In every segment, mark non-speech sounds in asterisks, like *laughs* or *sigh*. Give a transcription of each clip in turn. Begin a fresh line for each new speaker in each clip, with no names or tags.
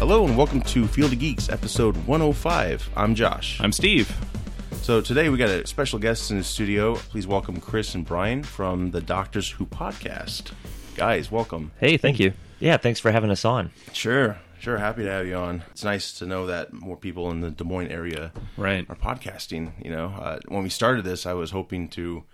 Hello and welcome to Field of Geeks, episode 105. I'm Josh.
I'm Steve.
So today we got a special guest in the studio. Please welcome Chris and Brian from the Doctors Who podcast. Guys, welcome.
Hey, thank you. Yeah, thanks for having us on.
Sure, sure. Happy to have you on. It's nice to know that more people in the Des Moines area
Right.
are podcasting. You know, uh, when we started this, I was hoping to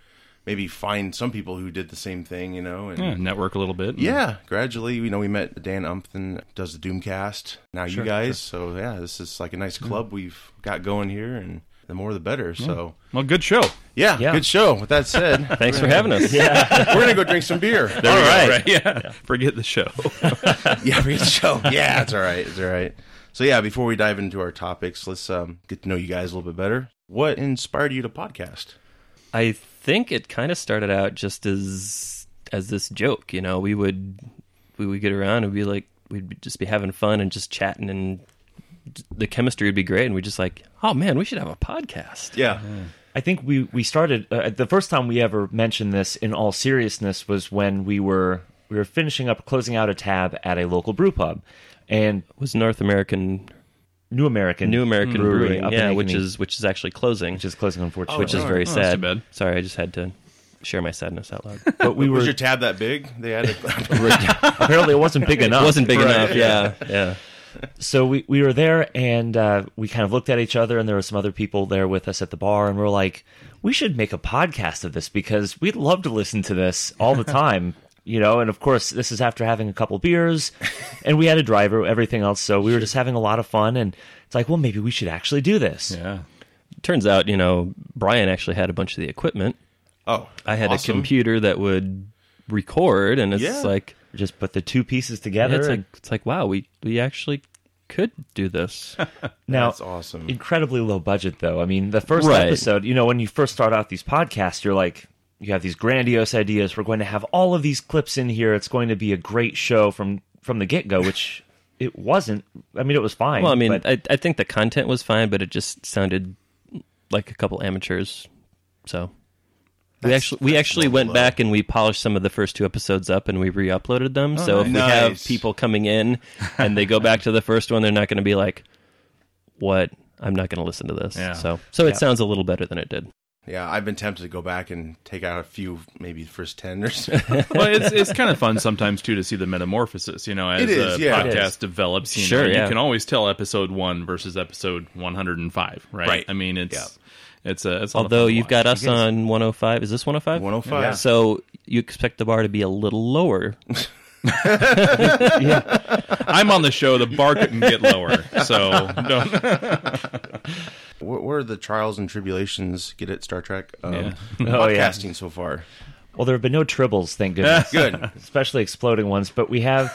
maybe find some people who did the same thing. You know, and
Yeah, network a little bit.
Yeah, gradually, you know, we met Dan Umpton, does the Doomcast. Now you guys, so yeah, this is like a nice club we've got going here, and the more the better. So
Well, good show.
yeah,
Yeah.
good show. With that said,
*laughs* Thanks for having us. Yeah.
we're gonna go drink some
*laughs*
beer.
All right.
Yeah. Forget
*laughs*
the show.
yeah, forget the show. Yeah, it's all right. It's all right. So yeah, before we dive into our topics, let's um, get to know you guys a little bit better. What inspired you to podcast?
I think it kind of started out just as as this joke, you know. We would we would get around and be like we'd just be having fun and just chatting and the chemistry would be great and we just like, "Oh man, we should have a podcast."
Yeah,
I think we we started uh, the first time we ever mentioned this in all seriousness was when we were we were finishing up closing out a tab at a local brew pub and
It was North American
New American
New American Brewing,
up in
yeah,
Ankeny,
which is which is actually closing,
which is closing unfortunately
which is very
Oh, that's
sad.
too bad.
Sorry, I just had to share my sadness
*laughs*
out loud.
but we
*laughs* was
were
your tab that big? They had a *laughs*
*laughs* apparently it wasn't
*laughs*
big enough
Wasn't big enough. Yeah. Yeah.
so we, we were there and uh, we kind of looked at each other and there were some other people there with us at the bar and we are like we should make a podcast of this because we'd love to listen to this all the time you know and of course this is after having a couple beers and we had a driver everything else so we were just having a lot of fun and it's like well maybe we should actually do this
Yeah.
Turns out, you know, Brian actually had a bunch of the equipment
oh,
I had
awesome.
a computer that would record, and it's
Yeah.
like
just put the two pieces together
it's like
and-
it's like wow, we we actually could
*laughs*
do this.
now
That's awesome.
incredibly low budget though i mean the first
Right.
episode you know when you first start out these podcasts you're like you have these grandiose ideas we're going to have all of these clips in here it's going to be a great show from from the get-go which *laughs* it wasn't i mean it was fine
well, I mean,
but
I I think the content was fine, but it just sounded like a couple amateurs. So we actually we actually went back and we polished some of the first two episodes up and we re-uploaded them.
Oh,
so if we
nice.
have
Nice.
people coming in and they go back to the first one, they're not going to be like, "What? I'm not going to listen to this."
Yeah.
So so it sounds a little better than it did.
Yeah, I've been tempted to go back and take out a few, maybe the first ten or
*laughs*
so.
Well, it's it's kind of fun sometimes too to see the metamorphosis. You know, as
It is,
a
yeah. It
podcast
is.
develops, you
Sure,
know,
yeah.
you can always tell episode one versus episode one hundred and five. Right?
Right.
I mean, it's it's a it's a lot of
Although
fun to
you've
watch.
got us on 105. Is this 105?
105. Yeah.
So you expect the bar to be a little lower.
*laughs* I'm on the show. The bar couldn't
*laughs*
get lower, so don't.
what what are the trials and tribulations? Get it, Star Trek. Um,
Yeah.
Oh, yeah. *laughs*
podcasting so far.
well there have been no tribbles thank
*laughs*
goodness
Good.
especially exploding ones but we have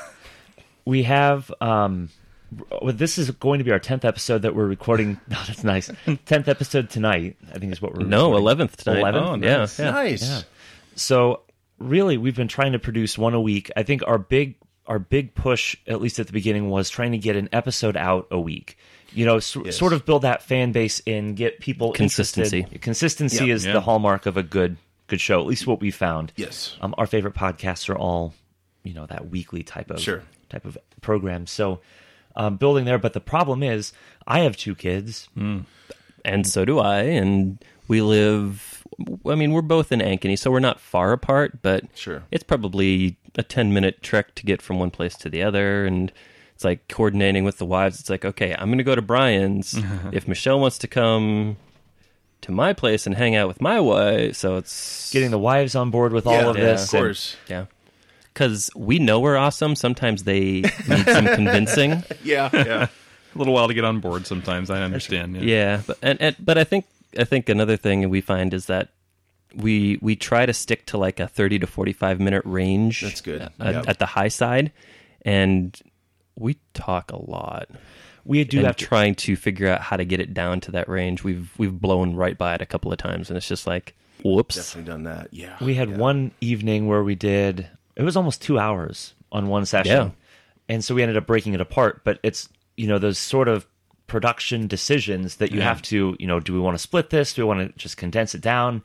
we have um well, this is going to be our 10th episode that we're recording *laughs* no that's nice 10th episode tonight i think is what we're
*laughs* No,
recording.
11th tonight.
11th?
Oh,
Yeah.
nice. yeah.
nice.
So really, we've been trying to produce one a week. I think our big our big push, at least at the beginning, was trying to get an episode out a week. You know, s-
Yes.
sort of build that fan base and get people interested.
Consistency.
Consistency
Yeah.
is
Yeah.
the hallmark of a good good show. At least what we found.
Yes.
Um, our favorite podcasts are all, you know, that weekly type of
Sure.
type of program. So. Um, building there, but the problem is, I have two kids.
Mm.
And so do I. And we live, I mean, we're both in Ankeny, so we're not far apart, but
Sure.
it's probably a 10 minute trek to get from one place to the other. And it's like coordinating with the wives. It's like, okay, I'm going to go to Brian's. if Michelle wants to come to my place and hang out with my wife, so it's
Getting the wives on board with
Yeah,
all of this,
Of
and-
course.
Yeah. Because we know we're awesome. Sometimes they need some convincing.
*laughs*
Yeah. Yeah.
A little while to get on board. Sometimes I understand. Yeah.
Yeah. But and, and but I think I think another thing we find is that we we try to stick to like a thirty to forty five minute range.
That's good.
At,
Yep.
at the high side, and we talk a lot.
We do
and
have to
trying to figure out how to get it down to that range. We've we've blown right by it a couple of times, and it's just like, whoops.
Definitely done that. Yeah.
We had
yeah.
one evening where we did it was almost two hours on one session.
Yeah.
And so we ended up breaking it apart. But it's you know, those sort of production decisions that you have to, you know, do we want to split this? Do we want to just condense it down?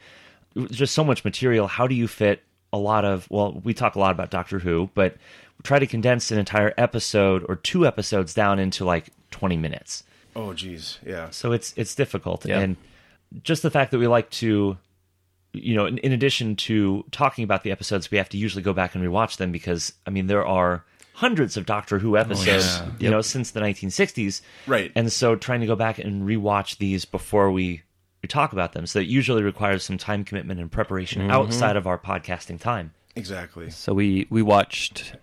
Just so much material. How do you fit a lot of well, we talk a lot about Doctor Who, but try to condense an entire episode or two episodes down into like twenty minutes.
Oh, geez. Yeah.
So it's it's difficult,
Yeah.
and just the fact that we like to, you know, in, in addition to talking about the episodes, we have to usually go back and rewatch them because I mean there are hundreds of Doctor Who episodes, you know, since the 1960s,
Right.
And so trying to go back and rewatch these before we we talk about them, so it usually requires some time commitment and preparation outside of our podcasting time.
Exactly.
So we we watched,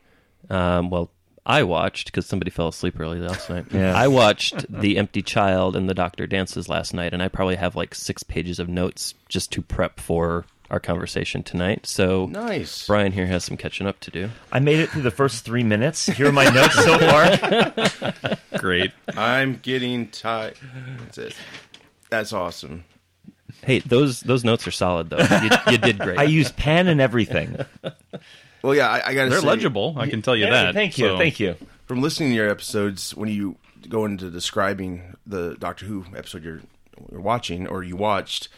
um, well, I watched because somebody fell asleep early last night.
*laughs* Yeah.
I watched The Empty Child and The Doctor Dances last night, and I probably have like six pages of notes just to prep for our conversation tonight. So
Nice.
Brian here has some catching up to do.
I made it through the first three minutes. Here are my notes so far.
Great.
I'm getting tired. That's it. That's awesome.
Hey, those those notes are solid though. You, you did great.
*laughs* I use pen and everything.
Well, yeah, I, I got to
They're
say,
legible. I can tell you that.
thank you,
so-
thank you.
From listening to your episodes, when you go into describing the Doctor Who episode you're, you're watching or you watched,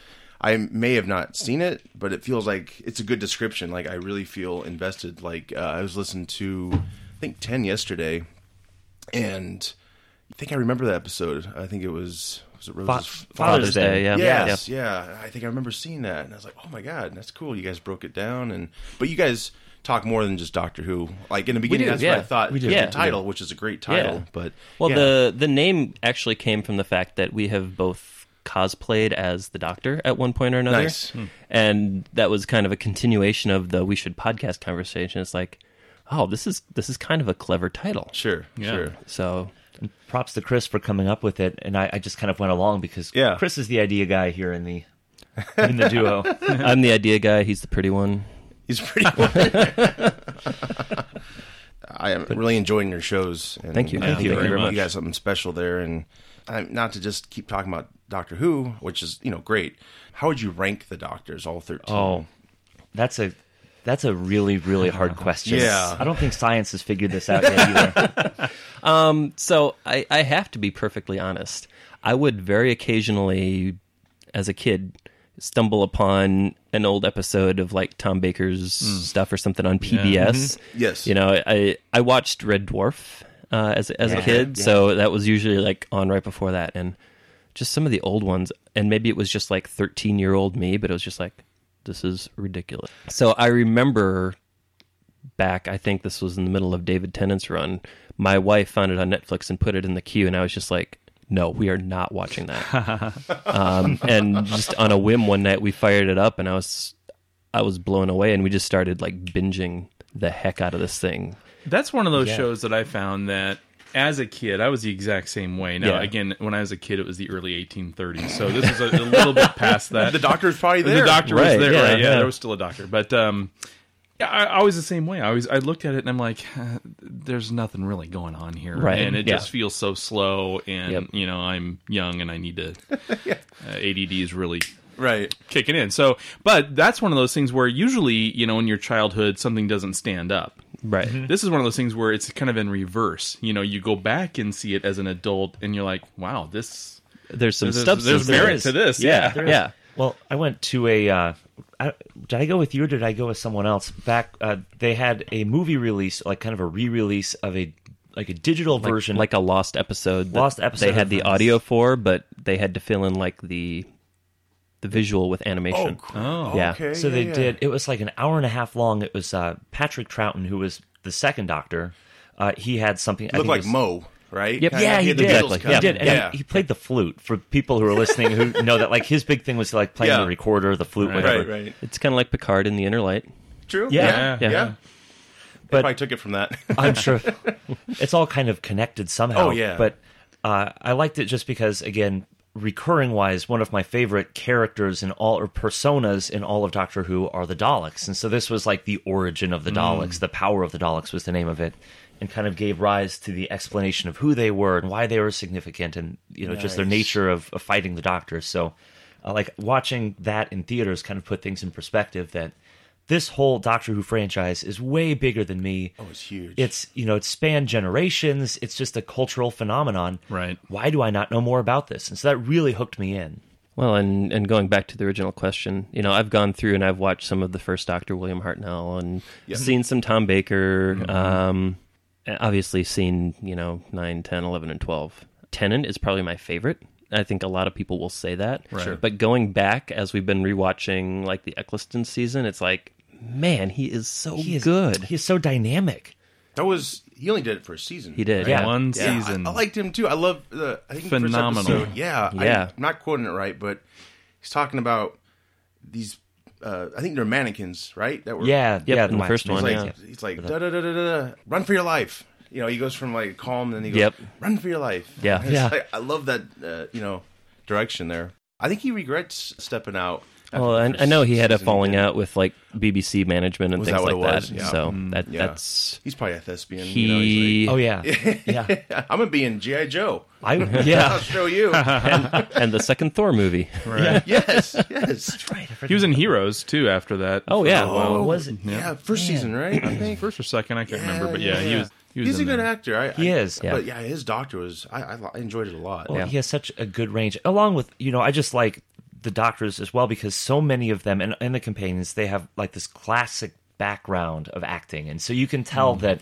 I may have not seen it, but it feels like it's a good description. Like, I really feel invested. Like, uh, I was listening to, I think, 10 yesterday, and I think I remember that episode. I think it was, was it
Fa-
Rose's
Father's Day,
yeah.
Yes, yeah. I think I remember seeing that, and I was like, "Oh my god, that's cool." You guys broke it down, and but you guys talk more than just Doctor Who. Like in the beginning,
do,
that's what
yeah.
I thought.
We do.
the
Yeah.
title, which is a great title,
Yeah.
but
Well,
yeah.
the the name actually came from the fact that we have both cosplayed as the Doctor at one point or another,
Nice. Hmm.
and that was kind of a continuation of the we should podcast conversation. It's like, oh, this is this is kind of a clever title.
sure, sure, *laughs*
So
props to Chris for coming up with it, and I, I just kind of went along because
Yeah.
Chris is the idea guy here in the in the
*laughs*
duo.
I'm the idea guy. He's the pretty one.
he's
*laughs*
pretty. good. I am really enjoying your shows. And
Thank you.
I
Thank
think
you very much.
You got something special there, and um, not to just keep talking about Doctor Who, which is you know great. How would you rank the Doctors, all thirteen?
Oh,
Oh.
That's a that's a really really hard question.
Yeah.
I don't think science has figured this out yet either.
So I, I have to be perfectly honest. I would very occasionally, as a kid, stumble upon an old episode of like Tom Baker's
Hmm.
stuff or something on PBS.
Yes.
you know, I I watched Red Dwarf uh, as as a kid, so that was usually like on right before that, and just some of the old ones, and maybe it was just like thirteen year old me, but it was just like this is ridiculous. So I remember back, I think this was in the middle of David Tennant's run. My wife found it on Netflix and put it in the queue, and I was just like, "No, we are not watching that." um, and just on a whim one night, we fired it up, and I was, I was blown away, and we just started like binging the heck out of this thing.
That's one of those shows that I found that as a kid, I was the exact same way. Now,
Yeah.
again, when I was a kid, it was the early 1830s, so this is a, a little bit past
*laughs*
that.
the Doctor's probably there.
The doctor
Right,
was there,
yeah,
right? Yeah,
yeah.
there was still a doctor, but um, yeah, I, I was the same way. I was, I looked at it and I'm like, "Uh, there's nothing really going on here,
Right,
And it
yeah.
just feels so slow, and
Yep.
you know, I'm young and I need
*laughs*
to. uh, ADD is really
right?
kicking in. So, but that's one of those things where usually, you know, in your childhood, something doesn't stand up.
Right.
Mm-hmm.
This is one of those things where it's kind of in reverse. You know, you go back and see it as an adult, and you're like, wow, this.
There's some
There's-
substance.
there's merit
is.
to this, yeah.
Yeah.
*laughs*
There
yeah.
Well, I went to a. Uh, I, did I go with you or did I go with someone else? Back uh, they had a movie release, like kind of a re-release of a like a digital version,
like a lost episode. that
Lost episode
They had the
reference.
audio for, but they had to fill in like the the visual with
Oh,
animation.
cool.
yeah.
Okay,
So
yeah,
they
yeah.
did. It was like an hour and a half long. It was uh, Patrick Troughton, who was the second Doctor. Uh, he had something. I
Looked
think it
like
was-
Mo, right?
Yep.
Kinda
Yeah,
like
he
had the
did.
Beatles
Exactly.
cut.
He did. And
Yeah.
he played the flute for people who are listening who know that. Like his big thing was like playing
Yeah.
the recorder, the flute, whatever.
Right, right.
It's kind of like Picard in the Inner Light.
True.
Yeah.
Yeah.
Yeah.
But
But-
I took it from
*laughs*
that.
I'm sure it's all kind of connected somehow.
Oh, yeah.
But uh, I liked it just because, again, recurring wise, one of my favorite characters in all or personas in all of Doctor
Hmm.
Who are the Daleks, and so this was like the origin of the Daleks. The power of the Daleks was the name of it, and kind of gave rise to the explanation of who they were and why they were significant and you know just their nature of, of fighting the doctor so uh, like watching that in theaters kind of put things in perspective that this whole doctor who franchise is way bigger than me
Oh, it's huge.
it's you know it's spanned generations it's just a cultural phenomenon
Right.
why do i not know more about this and so that really hooked me in
Well, and and going back to the original question, you know, I've gone through and I've watched some of the first Doctor William Hartnell and seen some Tom Baker. Um, and obviously, seen you know 9, 10, 11, and twelve. Tennant is probably my favorite. I think a lot of people will say that.
Right. Sure.
But going back as we've been rewatching like the Eccleston season, it's like, man, he is so
he is
good.
he is so dynamic
that was he only did it for a season.
He did.
Yeah.
One
Yeah, I-
season.
I, liked him too. I love the I think the first
Phenomenal.
episode- yeah,
Yeah.
I, am not quoting it right, but he's talking about these. Uh, I think they're mannequins, right? That were
yeah yeah
in the
wax
first
man.
one,
He's
yeah. uh,
like, he's like da da da da da. Run for your life. You know, he goes from like calm, then he goes,
Yep.
"Run for your life."
Yeah.
*laughs* It's
Yeah.
like- I love that. Uh, you know, direction there. I think he regrets stepping out. after
Well,
the
I,
first
I know he had a
season.
falling out with like BBC management and
Was
things
that what
like
it
that.
was? Yeah. Mm.
So that
yeah.
that's
He's probably a thespian.
he.
You know, he's *laughs*
oh yeah yeah
like, *laughs* I'm gonna be in GI Joe.
i
I'll *laughs*
yeah
show
*laughs*
you.
and the second Thor movie.
yes, yes.
right I forgot.
He was in Heroes too after that.
Oh yeah.
Oh, was it?
Yeah, first season,
*clears throat*
right? I think.
first or second, I can't remember, but yeah, he was. He was
He's a
in
good
there.
actor. I,
He
I-
is, yeah.
But yeah, his doctor was. I, I, li- I enjoyed it a lot.
Well, he has such a good range. Along with, you know, I just like the doctors as well because so many of them and, and the companions, they have like this classic background of acting. And so you can tell
Mm.
that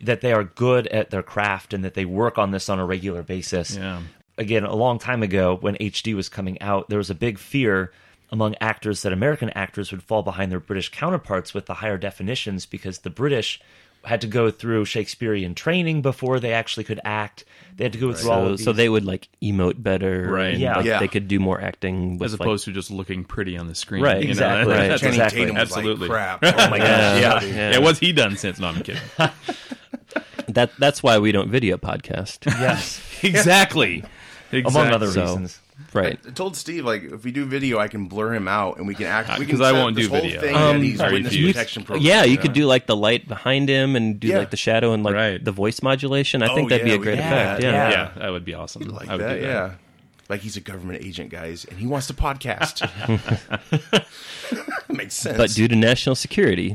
that they are good at their craft and that they work on this on a regular basis.
Yeah.
Again, a long time ago when HD was coming out, there was a big fear among actors that American actors would fall behind their British counterparts with the higher definitions because the British had to go through Shakespearean training before they actually could act. They had to go through all
So,
of these.
so they would like emote better,
Right.
and,
Yeah.
like,
Yeah.
They could do more acting with,
as opposed to just looking pretty on the screen.
Right,
you know,
exactly.
that- *laughs*
Right.
that's-
Channing
exactly.
Tatum was
Absolutely.
Like, Crap. Oh my gosh.
like, yeah,
Yeah.
yeah.
Yeah, what's he done since? No, I'm kidding.
*laughs* that that's why we don't video podcast,
yes,
*laughs* exactly.
among other
so-
reasons.
*laughs* right?
I told Steve like if we do video, I can blur him out and we can act. We can
'Cause I
set up
won't
this
do
whole
video.
Thing
Um,
that he's
I
witness
refuse.
protection program.
Yeah, you could do like the light behind him and do
Yeah.
like the shadow and like
Right.
the voice modulation. I think
Oh,
that'd be
yeah,
a
we
great
could do
effect.
that.
Yeah.
Yeah.
Yeah, that would be awesome.
like
I would
that,
do
Yeah. Like he's a government agent, guys, and he wants to podcast. *laughs* Makes sense.
But due to national security,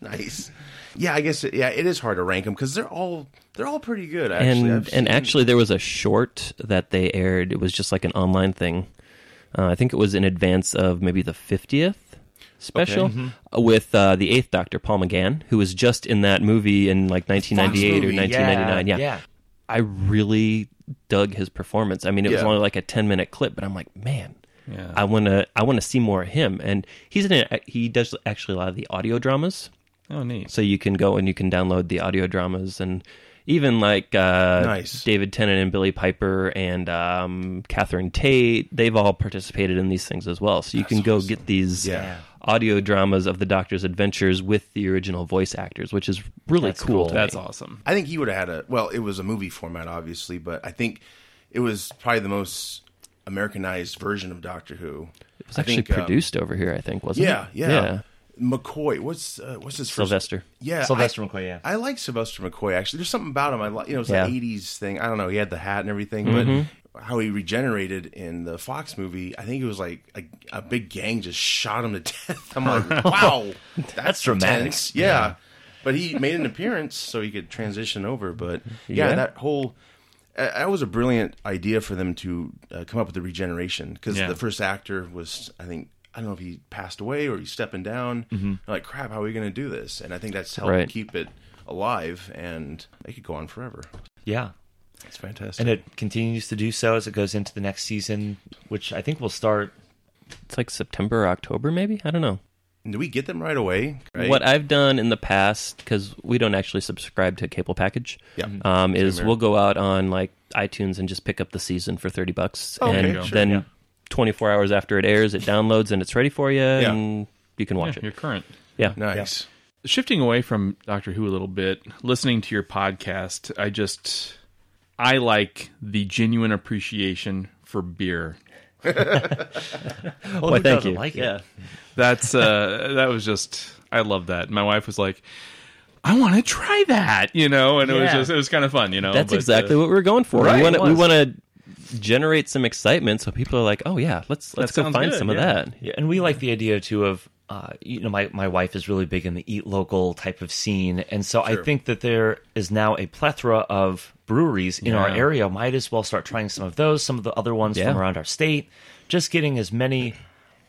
nice. Yeah, I guess. It, yeah, it is hard to rank them because they're all they're all pretty good. Actually,
and
I've seen-
and actually there was a short that they aired. It was just like an online thing. Uh, I think it was in advance of maybe the fiftieth special uh,
mm-hmm.
with uh, the Eighth Doctor, Paul McGann, who was just in that movie in like nineteen ninety eight or
movie, yeah,
nineteen ninety nine.
yeah.
Yeah, I really dug his performance. I mean, it was
Yeah.
only like a ten minute clip, but I'm like, man,
Yeah.
I wanna I wanna see more of him. And he's in a, he does actually a lot of the audio dramas,
that. Oh, neat.
so you can go and you can download the audio dramas and even like uh,
Nice.
David Tennant and Billy Piper and um, Catherine Tate, they've all participated in these things as well. So you can go get these
Yeah.
audio dramas of the Doctor's adventures with the original voice actors, which is really
That's
cool.
cool.
to me.
That's awesome.
I think he would have had a well, it was a movie format obviously, but I think it was probably the most Americanized version of Doctor Who.
It was actually produced over here, I think, wasn't
um, yeah,
it?
yeah, McCoy, what's uh, what's his first
Sylvester.
Yeah,
Sylvester
I,
McCoy, yeah.
I like Sylvester McCoy actually. There's something about him I like. You know, it's
Yeah.
the '80s thing. I don't know. He had the hat and everything, but how he regenerated in the Fox movie, I think it was like a, a big gang just shot him to *laughs* death. I'm like, wow, that's,
dramatic.
intense. Yeah. but he made an appearance so he could transition over. But yeah,
Yeah.
that whole. uh, That was a brilliant idea for them to uh, come up with the regeneration because
Yeah.
the first actor was, I think, I don't know if he passed away or he's stepping down. Like, crap, how are we going to do this? And I think that's helped
Right.
keep it alive, and they could go on forever.
Yeah.
It's fantastic.
And it continues to do so as it goes into the next season, which I think will start.
It's like September, October, maybe? I don't know.
And do we get them right away? Right?
What I've done in the past, because we don't actually subscribe to cable package,
Yeah.
Mm-hmm.
um, is we'll go out on like iTunes and just pick up the season for thirty bucks,
Oh, Okay,
and
sure,
then twenty four hours after it airs, it downloads and it's ready for you, and you can watch
Yeah, you're
it.
current.
Yeah,
nice.
Shifting away from Doctor Who a little bit, listening to your podcast, I just I like the genuine appreciation for beer.
Well,
thank you.
Like it?
*laughs*
That's uh that was just I love that. My wife was like I want to try that, you know, and it was
Yeah.
just it was kind of fun, you know.
That's
but, uh,
exactly what we we're going for.
Right,
we want
it
to we
was.
want to generate some excitement so people are like, "Oh yeah, let's let's go
sounds
find
good,
some
yeah.
of that."
Yeah, and we like the idea too of uh, you know my my wife is really big in the eat local type of scene, and so I think that there is now a plethora of breweries in our
Yeah.
area. Might as well start trying some of those, some of the other ones from
Yeah.
around our state. Just getting as many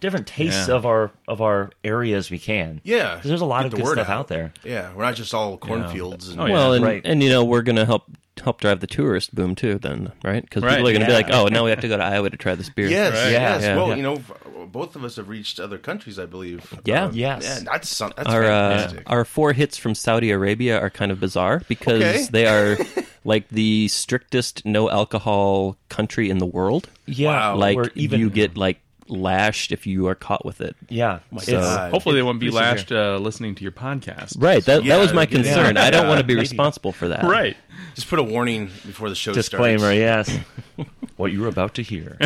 different tastes
Yeah.
of our of our area as we can.
Yeah,
'Cause there's a lot
get
of
the
good
word
stuff out there.
Yeah, we're not just all cornfields. And,
Oh, yeah.
Well, and,
Right.
and you know we're gonna help help drive the tourist boom too, then right? Because
Right,
people are gonna be
yeah.
like, "Oh, now we have to go to Iowa to try this beer."
Yes,
Right.
yes.
Yeah.
well,
Yeah.
you know, f- both of us have reached other countries, I believe.
Yeah.
Yes.
Yeah, that's some, that's
Our uh,
fantastic.
our four hits from Saudi Arabia are kind of bizarre because
Okay.
they
*laughs*
are like the strictest no alcohol country in the world.
Yeah,
Wow.
like
where even
you get like lashed if you are caught with it.
yeah. it's-
God.
hopefully they won't be lashed uh, listening to your podcast.
Right. That
Yeah,
that was my
yeah.
concern. I don't want to be
Maybe.
responsible for that.
Right.
just put a warning before the show
disclaimer.
starts.
Yes, *laughs* what you're about to *laughs* hear.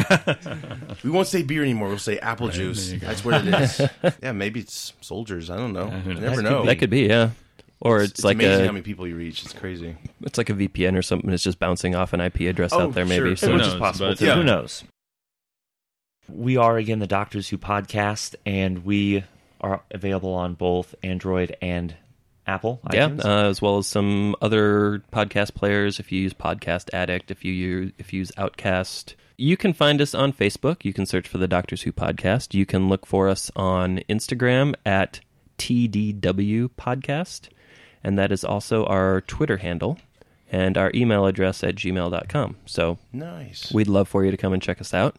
We won't say beer anymore. We'll say apple juice. That's what it
*laughs*
is. yeah, maybe it's soldiers. I don't know.
who
You
knows?
never
That could
know.
be.
That could be, yeah. Or it's,
it's
like
amazing
a
how many people you reach. It's crazy.
it's like a VPN or something. It's just bouncing off an IP address
Oh,
out there, maybe.
sure.
So
Who
which
knows,
is possible
but-
too.
Yeah.
Who knows? We are again the Doctors Who podcast, and we are available on both Android and Apple.
yeah,
iTunes.
uh, as well as some other podcast players. If you use Podcast Addict, if you use, if you use Outcast, you can find us on Facebook. You can search for the Doctors Who podcast. You can look for us on Instagram at TDW podcast, and that is also our Twitter handle and our email address at gmail.com. So
Nice.
we'd love for you to come and check us out.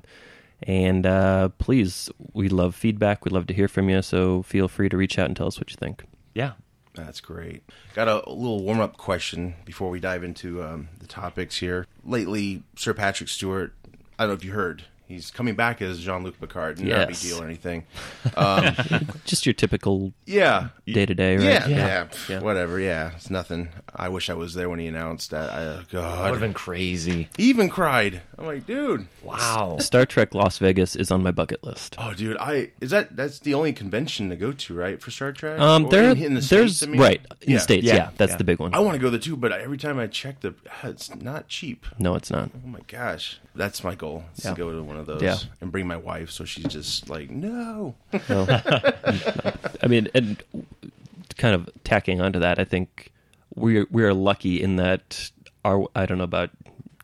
And uh, please, we love feedback. We'd love to hear from you. So feel free to reach out and tell us what you think.
yeah.
That's great. Got a little warm up question before we dive into um, the topics here. Lately, Sir Patrick Stewart, I don't know if you heard, he's coming back as Jean Luc Picard. Not a big
Yes.
deal or anything. Um,
Just your typical
yeah.
day to day, right?
Yeah, yeah, pff, whatever. Yeah, it's nothing. I wish I was there when he announced that. I, uh,
That would have
God,
been crazy.
he even cried. I'm like, dude.
Wow.
Star Trek Las Vegas is on my bucket list.
Oh, dude. I is that that's the only convention to go to, right, for Star Trek?
Um,
Or
there,
Oh, in, in the
there's
States, I mean?
right in
Yeah.
the states.
Yeah.
Yeah, that's
Yeah.
the big one.
I want to go there too, but every time I check the, it's not cheap.
no, it's not.
Oh my gosh, that's my goal is to go to one of those
Yeah.
and bring my wife, so she's just like, no.
No. I mean, and kind of tacking onto that, I think we we are lucky in that our I don't know about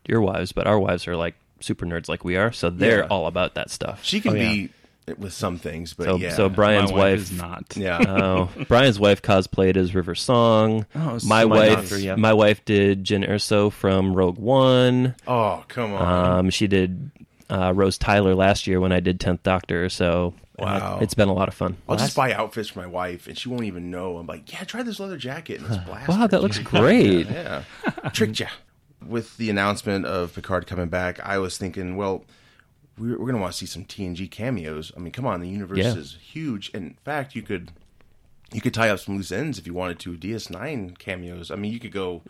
your wives, but our wives are like super nerds like we are, so they're
Yeah.
all about that stuff.
She can be with some things, but
Oh, so,
yeah,
so Brian's
my wife,
wife
is not.
yeah,
*laughs* Oh, Brian's wife cosplayed as River Song.
Oh, so my
my wife,
daughter, yeah.
my wife did Jin Erso from Rogue One.
oh come on,
Um, she did uh, Rose Tyler last year when I did Tenth Doctor. So
Wow.
it's been a lot of fun.
I'll just buy outfits for my wife, and she won't even know. I'm like, yeah, try this leather jacket, and it's blast.
Wow, that looks great.
yeah, tricked ya. With the announcement of Picard coming back, I was thinking, well, we're, we're gonna want to see some TNG cameos. I mean, come on, the universe
Yeah.
is huge. In fact, you could you could tie up some loose ends if you wanted to. DS9 cameos. I mean, you could go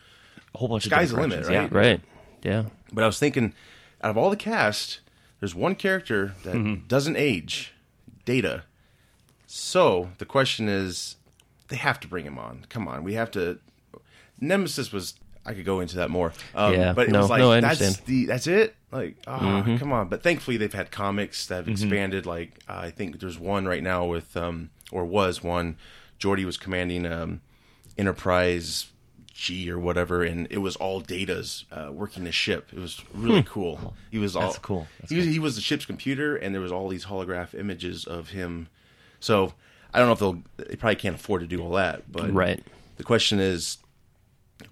A whole bunch
Sky's
of
the
different
limit,
directions,
right?
Right? Yeah.
But I was thinking, out of all the cast, there's one character that
Mm-hmm.
doesn't age, Data. So the question is, they have to bring him on. Come on, we have to. Nemesis was. I could go into that more. Um,
Yeah,
but it
no,
was like
no, I
that's
understand.
the that's it. Like, ah,
Mm-hmm.
come on. But thankfully, they've had comics that have expanded. Like, I think there's one right now with, um, or was one. Jordy was commanding um, Enterprise G or whatever, and it was all Data's uh, working the ship. It was really cool. He was all
That's Hmm. cool. That's
he, was, he was the ship's computer, and there was all these holograph images of him. So I don't know if they'll they probably can't afford to do all that, but
Right.
The question is,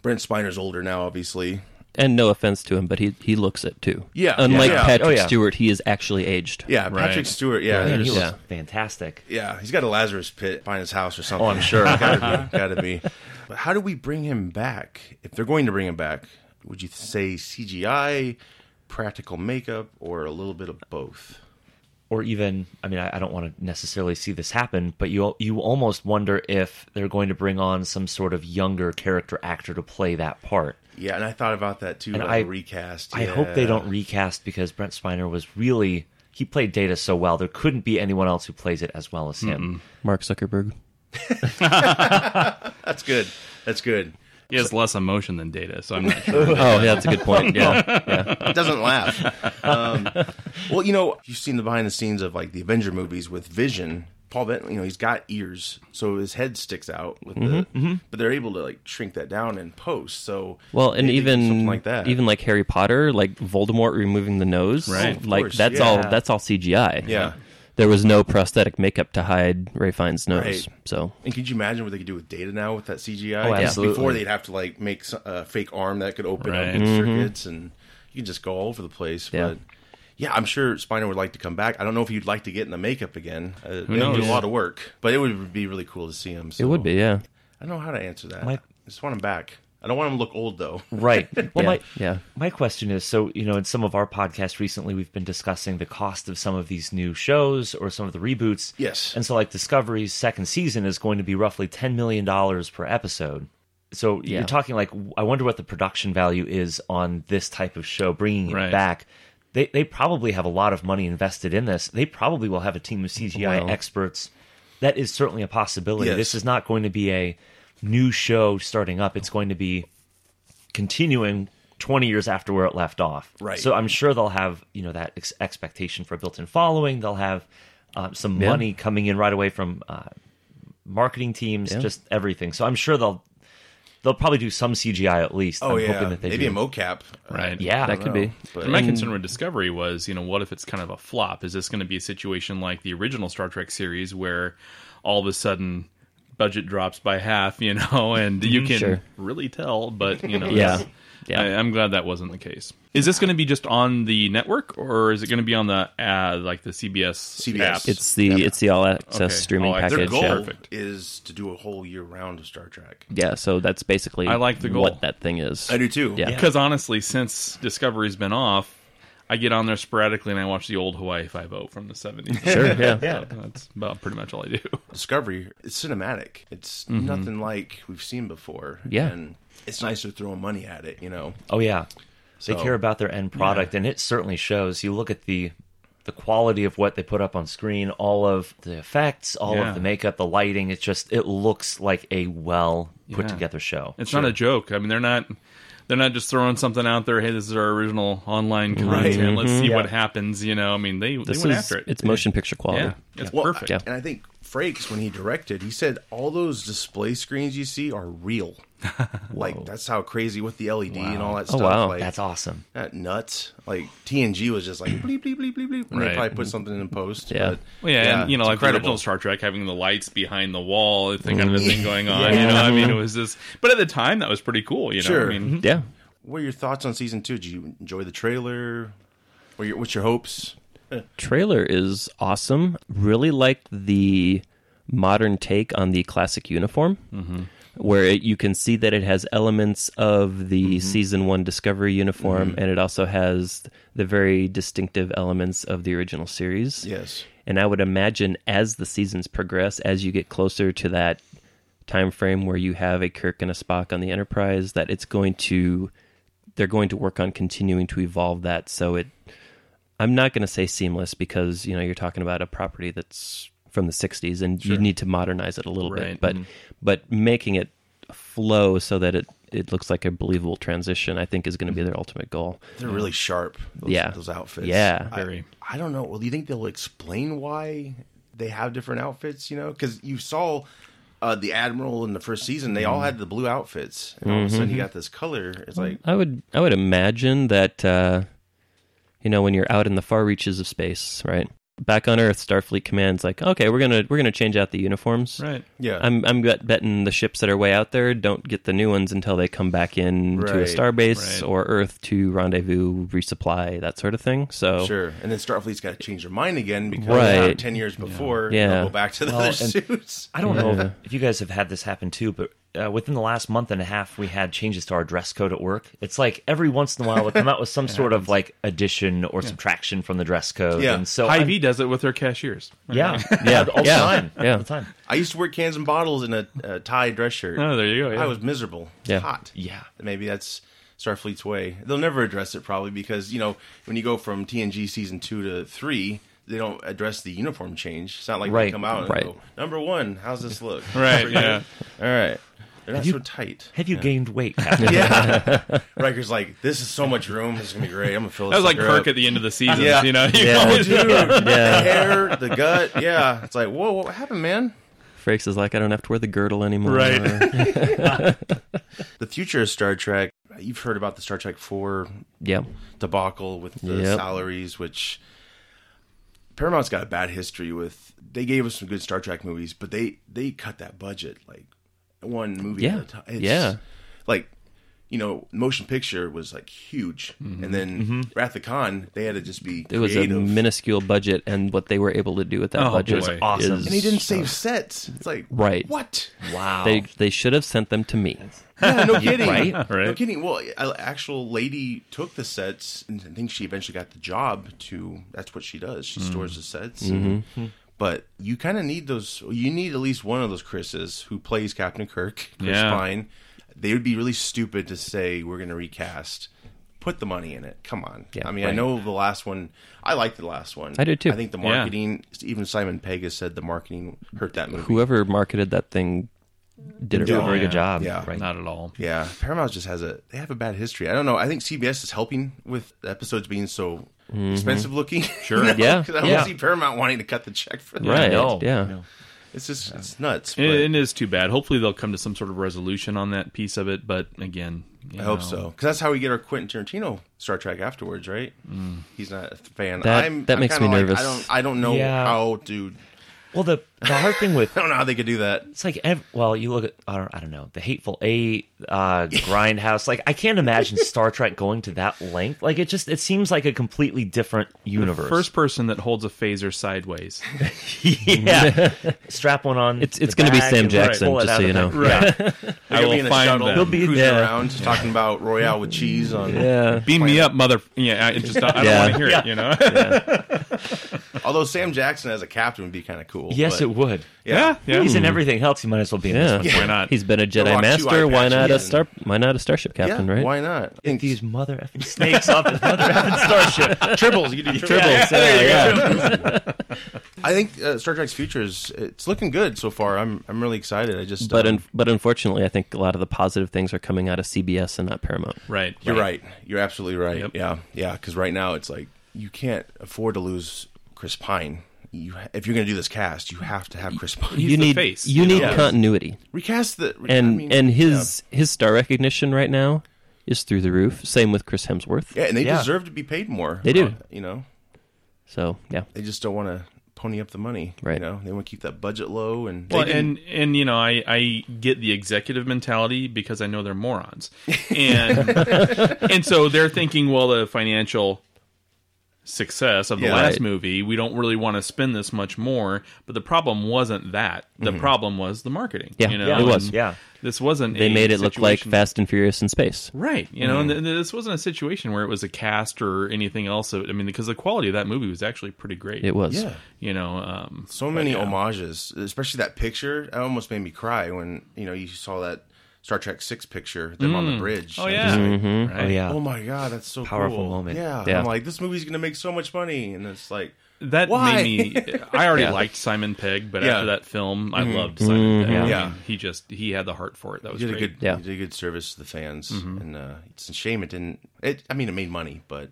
Brent Spiner's older now, obviously.
And no offense to him, but he he looks it too.
Yeah.
Unlike
Yeah.
Patrick
Oh, yeah.
Stewart, he is actually aged.
Yeah,
Right.
Patrick Stewart. Yeah,
Man,
there's-
he
yeah.
looks fantastic.
he's got a Lazarus pit behind his house or something. Oh, I'm sure, *laughs* gotta, be, gotta be. But how do we bring him back if they're going to bring him back? Would you say CGI, practical makeup, or a little bit of both?
Or even, I mean, I, I don't want to necessarily see this happen, but you you almost wonder if they're going to bring on some sort of younger character actor to play that part.
Yeah, and I thought about that too.
And
like
I-
a recast.
I
yeah.
hope they don't recast because Brent Spiner was really he played Data so well. There couldn't be anyone else who plays it as well as him.
Mark Zuckerberg.
That's good. That's good.
He has less emotion than Data, so I'm not sure.
*laughs* Oh, yeah, that's a good
*laughs*
point. Yeah.
It doesn't laugh. Um, well, you know, you've seen the behind the scenes of like the Avenger movies with Vision. Paul Bentley, you know, he's got ears, so his head sticks out. With the,
Mm-hmm,
But they're able to like shrink that down in post. So
Well, and
they did
even
something like that,
even like Harry Potter, like Voldemort removing the nose,
Right. Of
Like
course,
that's
yeah.
all that's all CGI.
yeah.
There was no prosthetic makeup to hide Ray Fine's nose.
Right.
So
And could you imagine what they could do with data now with that CGI?
Oh,
Because
absolutely. Mm-hmm.
Before they'd have to like make s- a fake arm that could open
Right.
up in circuits, and you could just go all over the place.
Yeah.
But yeah, I'm sure Spiner would like to come back. I don't know if he'd like to get in the makeup again. Uh, they would do
knows?
a lot of work, but it would be really cool to see him.
it would be, yeah.
I don't know how to answer that.
My-
I just want him back. I don't want him to look old though.
Right.
*laughs*
Well,
yeah.
my
yeah.
my question is, so you know, in some of our podcasts recently, we've been discussing the cost of some of these new shows or some of the reboots.
Yes.
And so, like Discovery's second season is going to be roughly ten million dollars per episode. So
Yeah.
you're talking like, w- I wonder what the production value is on this type of show, bringing it
Right.
back. They they probably have a lot of money invested in this. They probably will have a team of CGI
Well-
experts. That is certainly a possibility.
Yes.
This is not going to be a new show starting up. It's going to be continuing 20 years after where it left off.
Right.
So I'm sure they'll have, you know, that ex- expectation for a built-in following. They'll have uh, some money coming in right away from uh, marketing teams, just everything. So I'm sure they'll they'll probably do some CGI at least.
Oh
I'm
yeah,
hoping that they
maybe
do.
a mocap. uh,
*laughs*
right.
yeah.
That could be.
But
And my concern with Discovery was, you know, what if it's kind of a flop? Is this going to be a situation like the original Star Trek series where all of a sudden budget drops by half, you know, *laughs* and you can
Mhm. Sure.
really tell, but, you know,
Yeah.
that's-
Yeah.
I, I'm glad that wasn't the case. Is this going to be just on the network or is it going to be on the, uh, like the CBS?
CBS.
apps?
It's the it's the all access
Okay. Oh,
streaming
All access.
their
package.
goal
yeah.
Perfect.
is to do a whole year round of Star Trek.
Yeah, so that's basically
I like the goal.
what that thing is.
I do too.
Yeah.
Because honestly, since Discovery's been off, I get on there sporadically and I watch the old Hawaii Five O from the seventies.
Sure,
*laughs*
yeah.
yeah. that's about pretty much all I do.
Discovery, it's cinematic. It's nothing like we've seen before.
Yeah.
And it's nice to throw money at it, you know.
Oh yeah.
So
They care about their end product and it certainly shows. You look at the the quality of what they put up on screen, all of the effects, all
Yeah.
of the makeup, the lighting, it just it looks like a well put together show.
It's not a joke. I mean, they're not they're not just throwing something out there. Hey, this is our original online content. Let's see what happens. You know, I mean, they
This
they went
is
after it.
it's motion picture quality.
yeah, it's
Well,
perfect.
I- and I think Frakes, when he directed, he said all those display screens you see are real. like that's how crazy with the LED and all that stuff.
Oh, wow.
Like
That's awesome.
that nuts. Like TNG was just like bleep bleep bleep bleep bleep. And
Right.
they probably put something in post.
Yeah.
But,
Well, yeah, and you know,
it's
like the
incredible.
original Star Trek having the lights behind the wall, the kind of thing going on. You know, I mean, it was just. But at the time, that was pretty cool. You know,
Sure.
I mean,
Yeah.
What are your thoughts on season two? Did you enjoy the trailer? What are your, what's your hopes?
Trailer is awesome. Really like the modern take on the classic uniform.
Mm-hmm.
Where it, you can see that it has elements of
Mm-hmm.
the season one Discovery uniform, and it also has the very distinctive elements of the original series.
Yes.
and i would imagine as the seasons progress as you get closer to that time frame where you have a kirk and a spock on the enterprise that it's going to they're going to work on continuing to evolve that so it i'm not going to say seamless because you know you're talking about a property that's from the 60s and you need to modernize it a little
Right.
bit but
mhm.
but making it flow so that it it looks like a believable transition i think is going to be their ultimate goal
They're really sharp. Mm-hmm. Those,
Yeah.
those outfits.
Yeah.
I-
Very.
I, don't know. Well, do you think they'll explain why they have different outfits? You know, because you saw uh, the admiral in the first season; they all
Mm-hmm.
had the blue outfits, and all of a sudden you got this color. It's like
I would I would imagine that uh, you know when you're out in the far reaches of space, right? Back on Earth, Starfleet commands like, okay, we're gonna we're gonna change out the uniforms.
right.
yeah,
I'm I'm bet- betting the ships that are way out there don't get the new ones until they come back in to a
Right,
starbase
right.
or Earth to rendezvous, resupply, that sort of thing. So
sure. And then Starfleet's got to change their mind again because
Oh. Right.
ten years before,
Yeah.
they'll go back to the
Well,
other
and-
suits.
I don't know if, if you guys have had this happen too, but uh, within the last month and a half, we had changes to our dress code at work. It's like every once in a while, we come out with some sort of like addition or subtraction from the dress code.
Yeah.
And so,
Hy-Vee
I'm-
does it with their cashiers.
yeah,
yeah,
all the
yeah,
time,
yeah.
all the time.
I used to wear cans and bottles in a, a tie dress shirt.
Oh, there you go. Yeah.
I was miserable. It's
Yeah.
hot.
Yeah.
Maybe that's Starfleet's way. They'll never address it probably because, you know, when you go from TNG season two to three, they don't address the uniform change. It's not like
Right,
they come out and
right.
*laughs*
*laughs*
go, number one, how's this look?
right. Yeah.
All right. They're not
you-
so tight.
Have you gained weight?
*laughs*
Captain?
*laughs* Yeah. *laughs* Riker's like, this is so much room. This is gonna be great. I'm gonna fill. This
That was like
sucker up.
Kirk at the end of the season.
Yeah.
You know, *laughs* You
Yeah.
always-
Dude,
Yeah.
the hair, the gut, yeah. It's like, whoa, what happened, man?
Frakes is like, I don't have to wear the girdle anymore.
*laughs* Right.
The future of Star Trek. You've heard about the Star Trek Four
yeah.
debacle with the
Yep.
salaries, which Paramount's got a bad history with. They gave us some good Star Trek movies, but they they cut that budget like one movie
Yeah.
at a time. It's
Yeah.
like you know, motion picture was like huge, and then Wrath of Khan, they had to just be
Mm-hmm. It was
creative.
a minuscule budget, and what they were able to do with that
Oh,
budget
boy. It was
awesome.
is-
and they didn't save sets. It's like
Right.
what?
Wow.
They they should have sent them to me.
Yeah,
*laughs*
no kidding.
right?
No
Right.
kidding. Well, an actual lady took the sets, and I think she eventually got the job to. That's what she does.
Mm-hmm.
She stores the sets. and- but you kind of need those. You need at least one of those Chris's who plays Captain Kirk. Chris
Yeah.
Pine. They would be really stupid to say we're going to recast. Put the money in it. Come on.
Yeah,
I mean, I
right.
know the last one. I like the last one.
I do, too.
I think the
Yeah.
marketing. Even Simon Pegg has said the marketing hurt that movie.
Whoever marketed that thing did it
do a
wrong.
very good job.
Yeah.
Right.
Not at all.
Yeah, Paramount just has a they have a bad history. I don't know. I think CBS is helping with episodes being so expensive looking. *laughs* Sure.
Mm-hmm. Yeah,
Because I don't
yeah.
see Paramount wanting to cut the check for that.
Right.
no,
yeah.
no.
It's just it's nuts. But
It, it is too bad. Hopefully, they'll come to some sort of resolution on that piece of it. But again, you
I hope
know.
so because that's how we get our Quentin Tarantino Star Trek afterwards, right? He's not a fan.
Mm. That-
I'm,
that
I'm
makes
kinda
me
like,
nervous.
I don't I don't know
Yeah.
how to.
Well, the the hard thing with
I don't know how they could do
*laughs*
that.
it's like ev- well, you look at I don't I don't know the Hateful Eight,
*laughs*
uh, Grindhouse. Like I can't imagine Star Trek going to that length. Like it just it seems like a completely different universe.
First person that holds a phaser sideways.
*laughs*
*laughs*
yeah, strap one on.
It's- it's
the
gonna be
back
Sam
and pull
Jackson,
it
just
out
so
of
you
the-
know. *laughs*
Yeah.
They're gonna
will
be in a
find
shuttle,
them. He'll be
cruising
there.
around, just talking about Royale with cheese on.
Yeah.
Beam me up, mother. Yeah, I just I don't
Yeah.
want to hear it. You know. *laughs* Yeah.
Although Sam Jackson as a captain would be kind of cool.
yes,
but-
it would.
yeah.
He's in everything else. He might as well be in this
Hmm. Yeah.
one.
Mm-hmm. Why not?
*laughs* He's been a
There
Jedi
are two eye
master. Why not a
patches.
star? Why not a starship
Yeah,
captain? right?
Why not? I think
These mother effing snakes off his mother effing
*laughs*
starship.
tribbles. You do tribbles.
Yeah,
I think uh, Star Trek's future is it's looking good so far. I'm I'm really excited. I just
But
um,
un- but unfortunately, I think a lot of the positive things are coming out of CBS and not Paramount.
Right.
you're right. You're absolutely right.
Yep.
Yeah, yeah. Because right now it's like you can't afford to lose Chris Pine. You ha- if you're going to do this cast, you have to have Chris Pine.
He's
you
the
need
face,
you,
you
need
know?
continuity,
Recast the re-
and
I mean,
and his his star recognition right now is through the roof. Same with Chris Hemsworth.
yeah, yeah and they
Yeah.
deserve to be paid more. Uh,
They do.
You know,
So yeah,
they just don't want to pony up the money.
Right.
You know, they want to keep that budget low and
Well,
they didn't-
and and you know, I I get the executive mentality because I know they're morons,
*laughs*
and and so they're thinking, well, the financial success of the
Yeah.
last
Right.
movie, we don't really want to spend this much more. But the problem wasn't that. The problem was the marketing.
Mm-hmm. Yeah.
you know?
Yeah, it was.
and
Yeah.
This wasn't.
they
a
made it look like
situation-
Fast Mm-hmm. and Furious in space.
Right, you know, and th- th- this wasn't a situation where it was a cast or anything else. I mean, because the quality of that movie was actually pretty great.
It was.
yeah.
you know, um,
So many homages, especially that picture. It almost made me cry when you know you saw that Star Trek Six picture them on the bridge.
oh
I'm
yeah,
just like,
Oh
Right.
yeah.
oh my god, that's so
Powerful
cool.
moment.
Yeah.
Yeah.
I'm like, this movie's gonna make so much money, and it's like,
That
Why?
made me. I already
*laughs* Yeah.
liked Simon Pegg, but
Yeah. Mm-hmm.
after that film, I loved Simon Pegg. I mean,
Yeah.
he just he had the heart for it. That was
you did a
great. Mm-hmm.
good,
Yeah.
you did a good service to the fans, and uh, it's a shame it didn't. It, I mean, it made money, but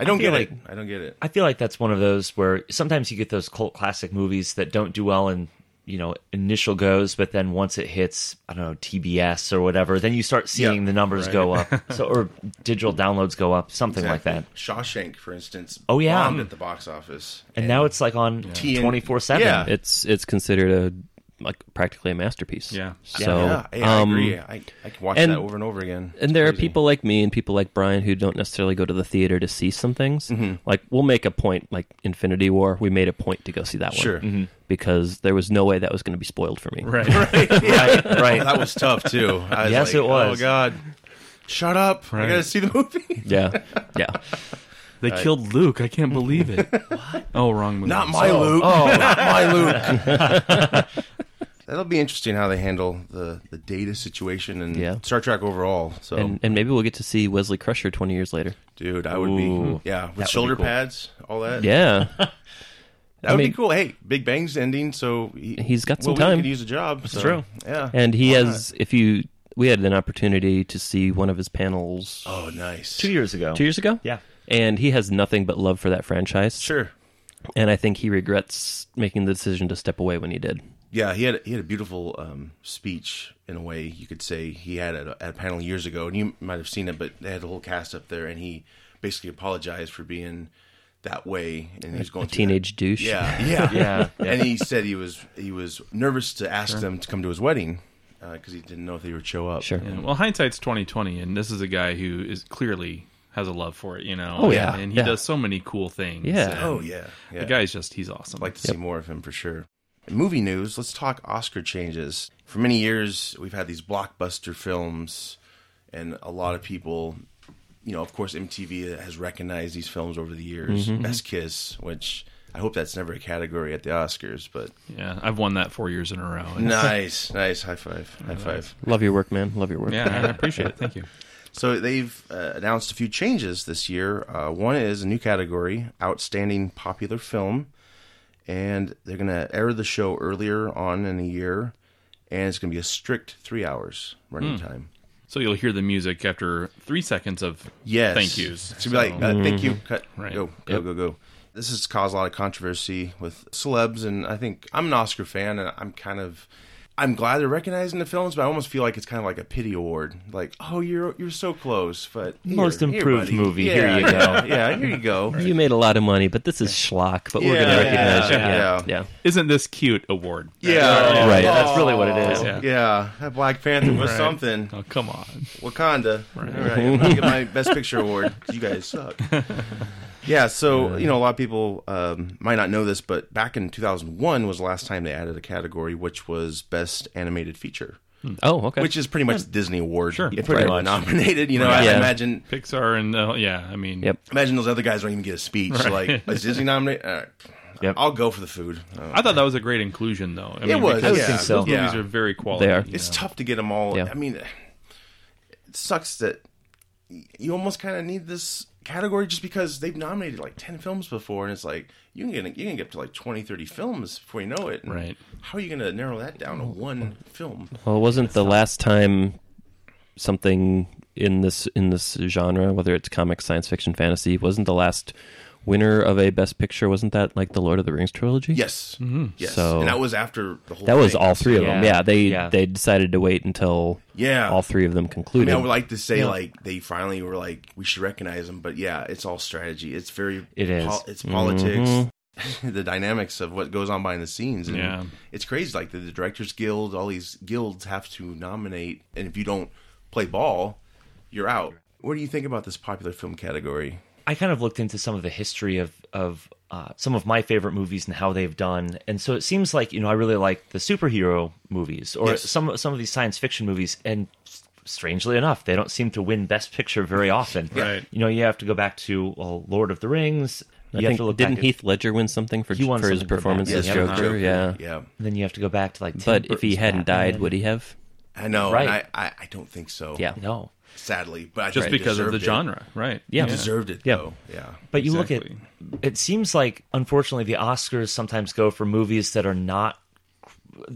I don't
feel
get it.
like-
I don't get it.
I feel like that's one of those where sometimes you get those cult classic movies that don't do well in you know initial goes, but then once it hits I don't know TBS or whatever, then you start seeing
Yeah,
the numbers
*laughs*
go up, so or digital downloads go up, something like that.
Shawshank, for instance.
Oh, yeah.
bombed at the box office,
And now it's like on
TN
twenty four
Yeah.
seven.
It's it's considered a like practically a masterpiece.
Yeah.
So
yeah, yeah, I
um,
agree. I, I can watch
and-
that over and over again.
and there are people like me and people like Brian who don't necessarily go to the theater to see some things.
Mm-hmm.
Like we'll make a point, like Infinity War, we made a point to go see that one,
Sure.
because there was no way that was going to be spoiled for me.
*laughs*
Right.
Right, right.
that was tough too. I was
Yes,
like,
it
Oh
was.
God, shut up! I gotta see the
*laughs*
movie. *laughs*
Yeah, yeah.
They killed Luke. I can't
*laughs*
believe it. Oh, wrong movie.
Not my Luke. *laughs* not my Luke. That'll be interesting how they handle the the data situation and
Yeah.
Star Trek overall. So,
And and maybe we'll get to see Wesley
*laughs*
Crusher twenty years later.
dude, I would be yeah with shoulder pads, all that.
Yeah,
That would
mean-
be cool. Hey, Big Bang's ending, so he,
He's got some
Will Wheaton
time.
Could use a job. That's
true.
Yeah.
And he
Why
has, if you, we had an opportunity to see one of his panels
not? Oh, nice.
two years ago.
two years ago.
Yeah.
And he has nothing but love for that franchise.
Sure.
And I think he regrets making the decision to step away when he did.
Yeah, he had he had a beautiful um, speech in a way you could say he had at a, at a panel years ago, and you might have seen it, but they had a whole cast up there, and he basically apologized for being that way, and he was going
A
through that-
teenage douche. *laughs*
Yeah, yeah,
Yeah, yeah.
And he said he was he was nervous to ask them to come to his wedding because he didn't know if they would show up.
Sure.
Yeah, well, hindsight's twenty twenty, and this is a guy who is clearly has a love for it. You know.
Oh, yeah,
And, and he
yeah.
does so many cool things.
Yeah.
and
Oh yeah, yeah.
The guy's just he's awesome.
I'd like to see more of him for sure. In movie news, let's talk Oscar changes. For many years, we've had these blockbuster films, and a lot of people, you know, of course, MTV has recognized these films over the years. Best Kiss, which I hope that's never a category at the Oscars, but
yeah, I've won that four years in a row.
*laughs*
and-
nice, nice, high five, high five.
Love your work, man. Love your work.
Yeah, I appreciate it. Thank you.
So they've uh, announced a few changes this year. Uh, one is a new category, outstanding popular film, and they're going to air the show earlier on in the year, and it's going to be a strict three hours running time.
So you'll hear the music after three seconds of
Yes,
thank yous. Mm-hmm.
It's going to be like uh, thank you, cut,
Right.
go, go, go, go. This has caused a lot of controversy with celebs, and I think I'm an Oscar fan, and I'm kind of. I'm glad they're recognizing the films, but I almost feel like it's kind of like a pity award. Like, oh, you're you're so close, but here,
Most
here,
improved
buddy.
movie,
Yeah,
here you go.
*laughs* yeah, here you go.
*laughs* You made a lot of money, but this is schlock. But we're going
Yeah.
to recognize you.
Yeah. Oh,
Yeah. yeah.
Isn't this cute award?
Yeah,
Right, that's really what it is.
Yeah.
Yeah, that Black Panther was something.
Oh, come on.
Wakanda. All right, I'm gonna get my Best Picture award. You guys suck. Yeah, so you know a lot of people um, might not know this, but back in 2001 was the last time they added a category, which was Best Animated Feature,
Oh, okay.
which is pretty much the Disney Award.
Sure.
It's
Pretty
pretty
much.
much nominated. You know, I
Yeah.
imagine
Pixar and uh, yeah, I mean,
Yep.
imagine those other guys don't even get a speech. Like is Disney nominated? All right.
Yep.
I'll go for the food. Uh,
I thought that was a great inclusion though. I
It was, I would
because
think
those
so.
movies
Yeah.
are very quality.
They are.
you
it's
know.
tough to get them all.
Yeah.
I mean, it sucks that you almost kind of need this category just because they've nominated like 10 films before and it's like you can get you can get up to like 20 30 films before you know it And
Right.
how are you going to narrow that down to
Mm-hmm.
one film
Well, it wasn't the last time something in this in this genre, whether it's comic, science fiction, fantasy, wasn't the last winner of a Best Picture? Wasn't that like the Lord of the Rings trilogy?
yes yes
Mm-hmm. So-
and that was after the whole
that was
thing.
all three of them.
Yeah.
Yeah, they
Yeah.
they decided to wait until
Yeah.
all three of them
I
concluded.
mean, I would like to say like they finally were like we should recognize them, but yeah, it's all strategy. It's very
It is.
it's politics, *laughs* the dynamics of what goes on behind the scenes. And
Yeah.
it's crazy. Like the, the Directors Guild, all these guilds have to nominate, and if you don't play ball, you're out. What do you think about this popular film category?
I kind of looked into some of the history of of uh, some of my favorite movies and how they've done, and so it seems like you know I really like the superhero movies or
Yes.
some some of these science fiction movies, and strangely enough, they don't seem to win Best Picture very often.
Right.
You know, you have to go back to well, Lord of the Rings.
I
you have
think
to look
didn't
back at-
Heath Ledger win something for,
He won
for his
something for
performance
Batman.
as
Yes,
Joker?
for
Yeah.
yeah.
and then you have to go back to like. Tim
But if he
Burton's
hadn't
Batman.
died, would he have?
I know, and
Right.
I, I I don't think so.
Yeah.
No,
sadly, but I
just
think I
because of the
deserved it.
genre, right?
Yeah.
I deserved it
Yeah.
though. Yeah,
But you look
Exactly.
at it seems like unfortunately the Oscars sometimes go for movies that are not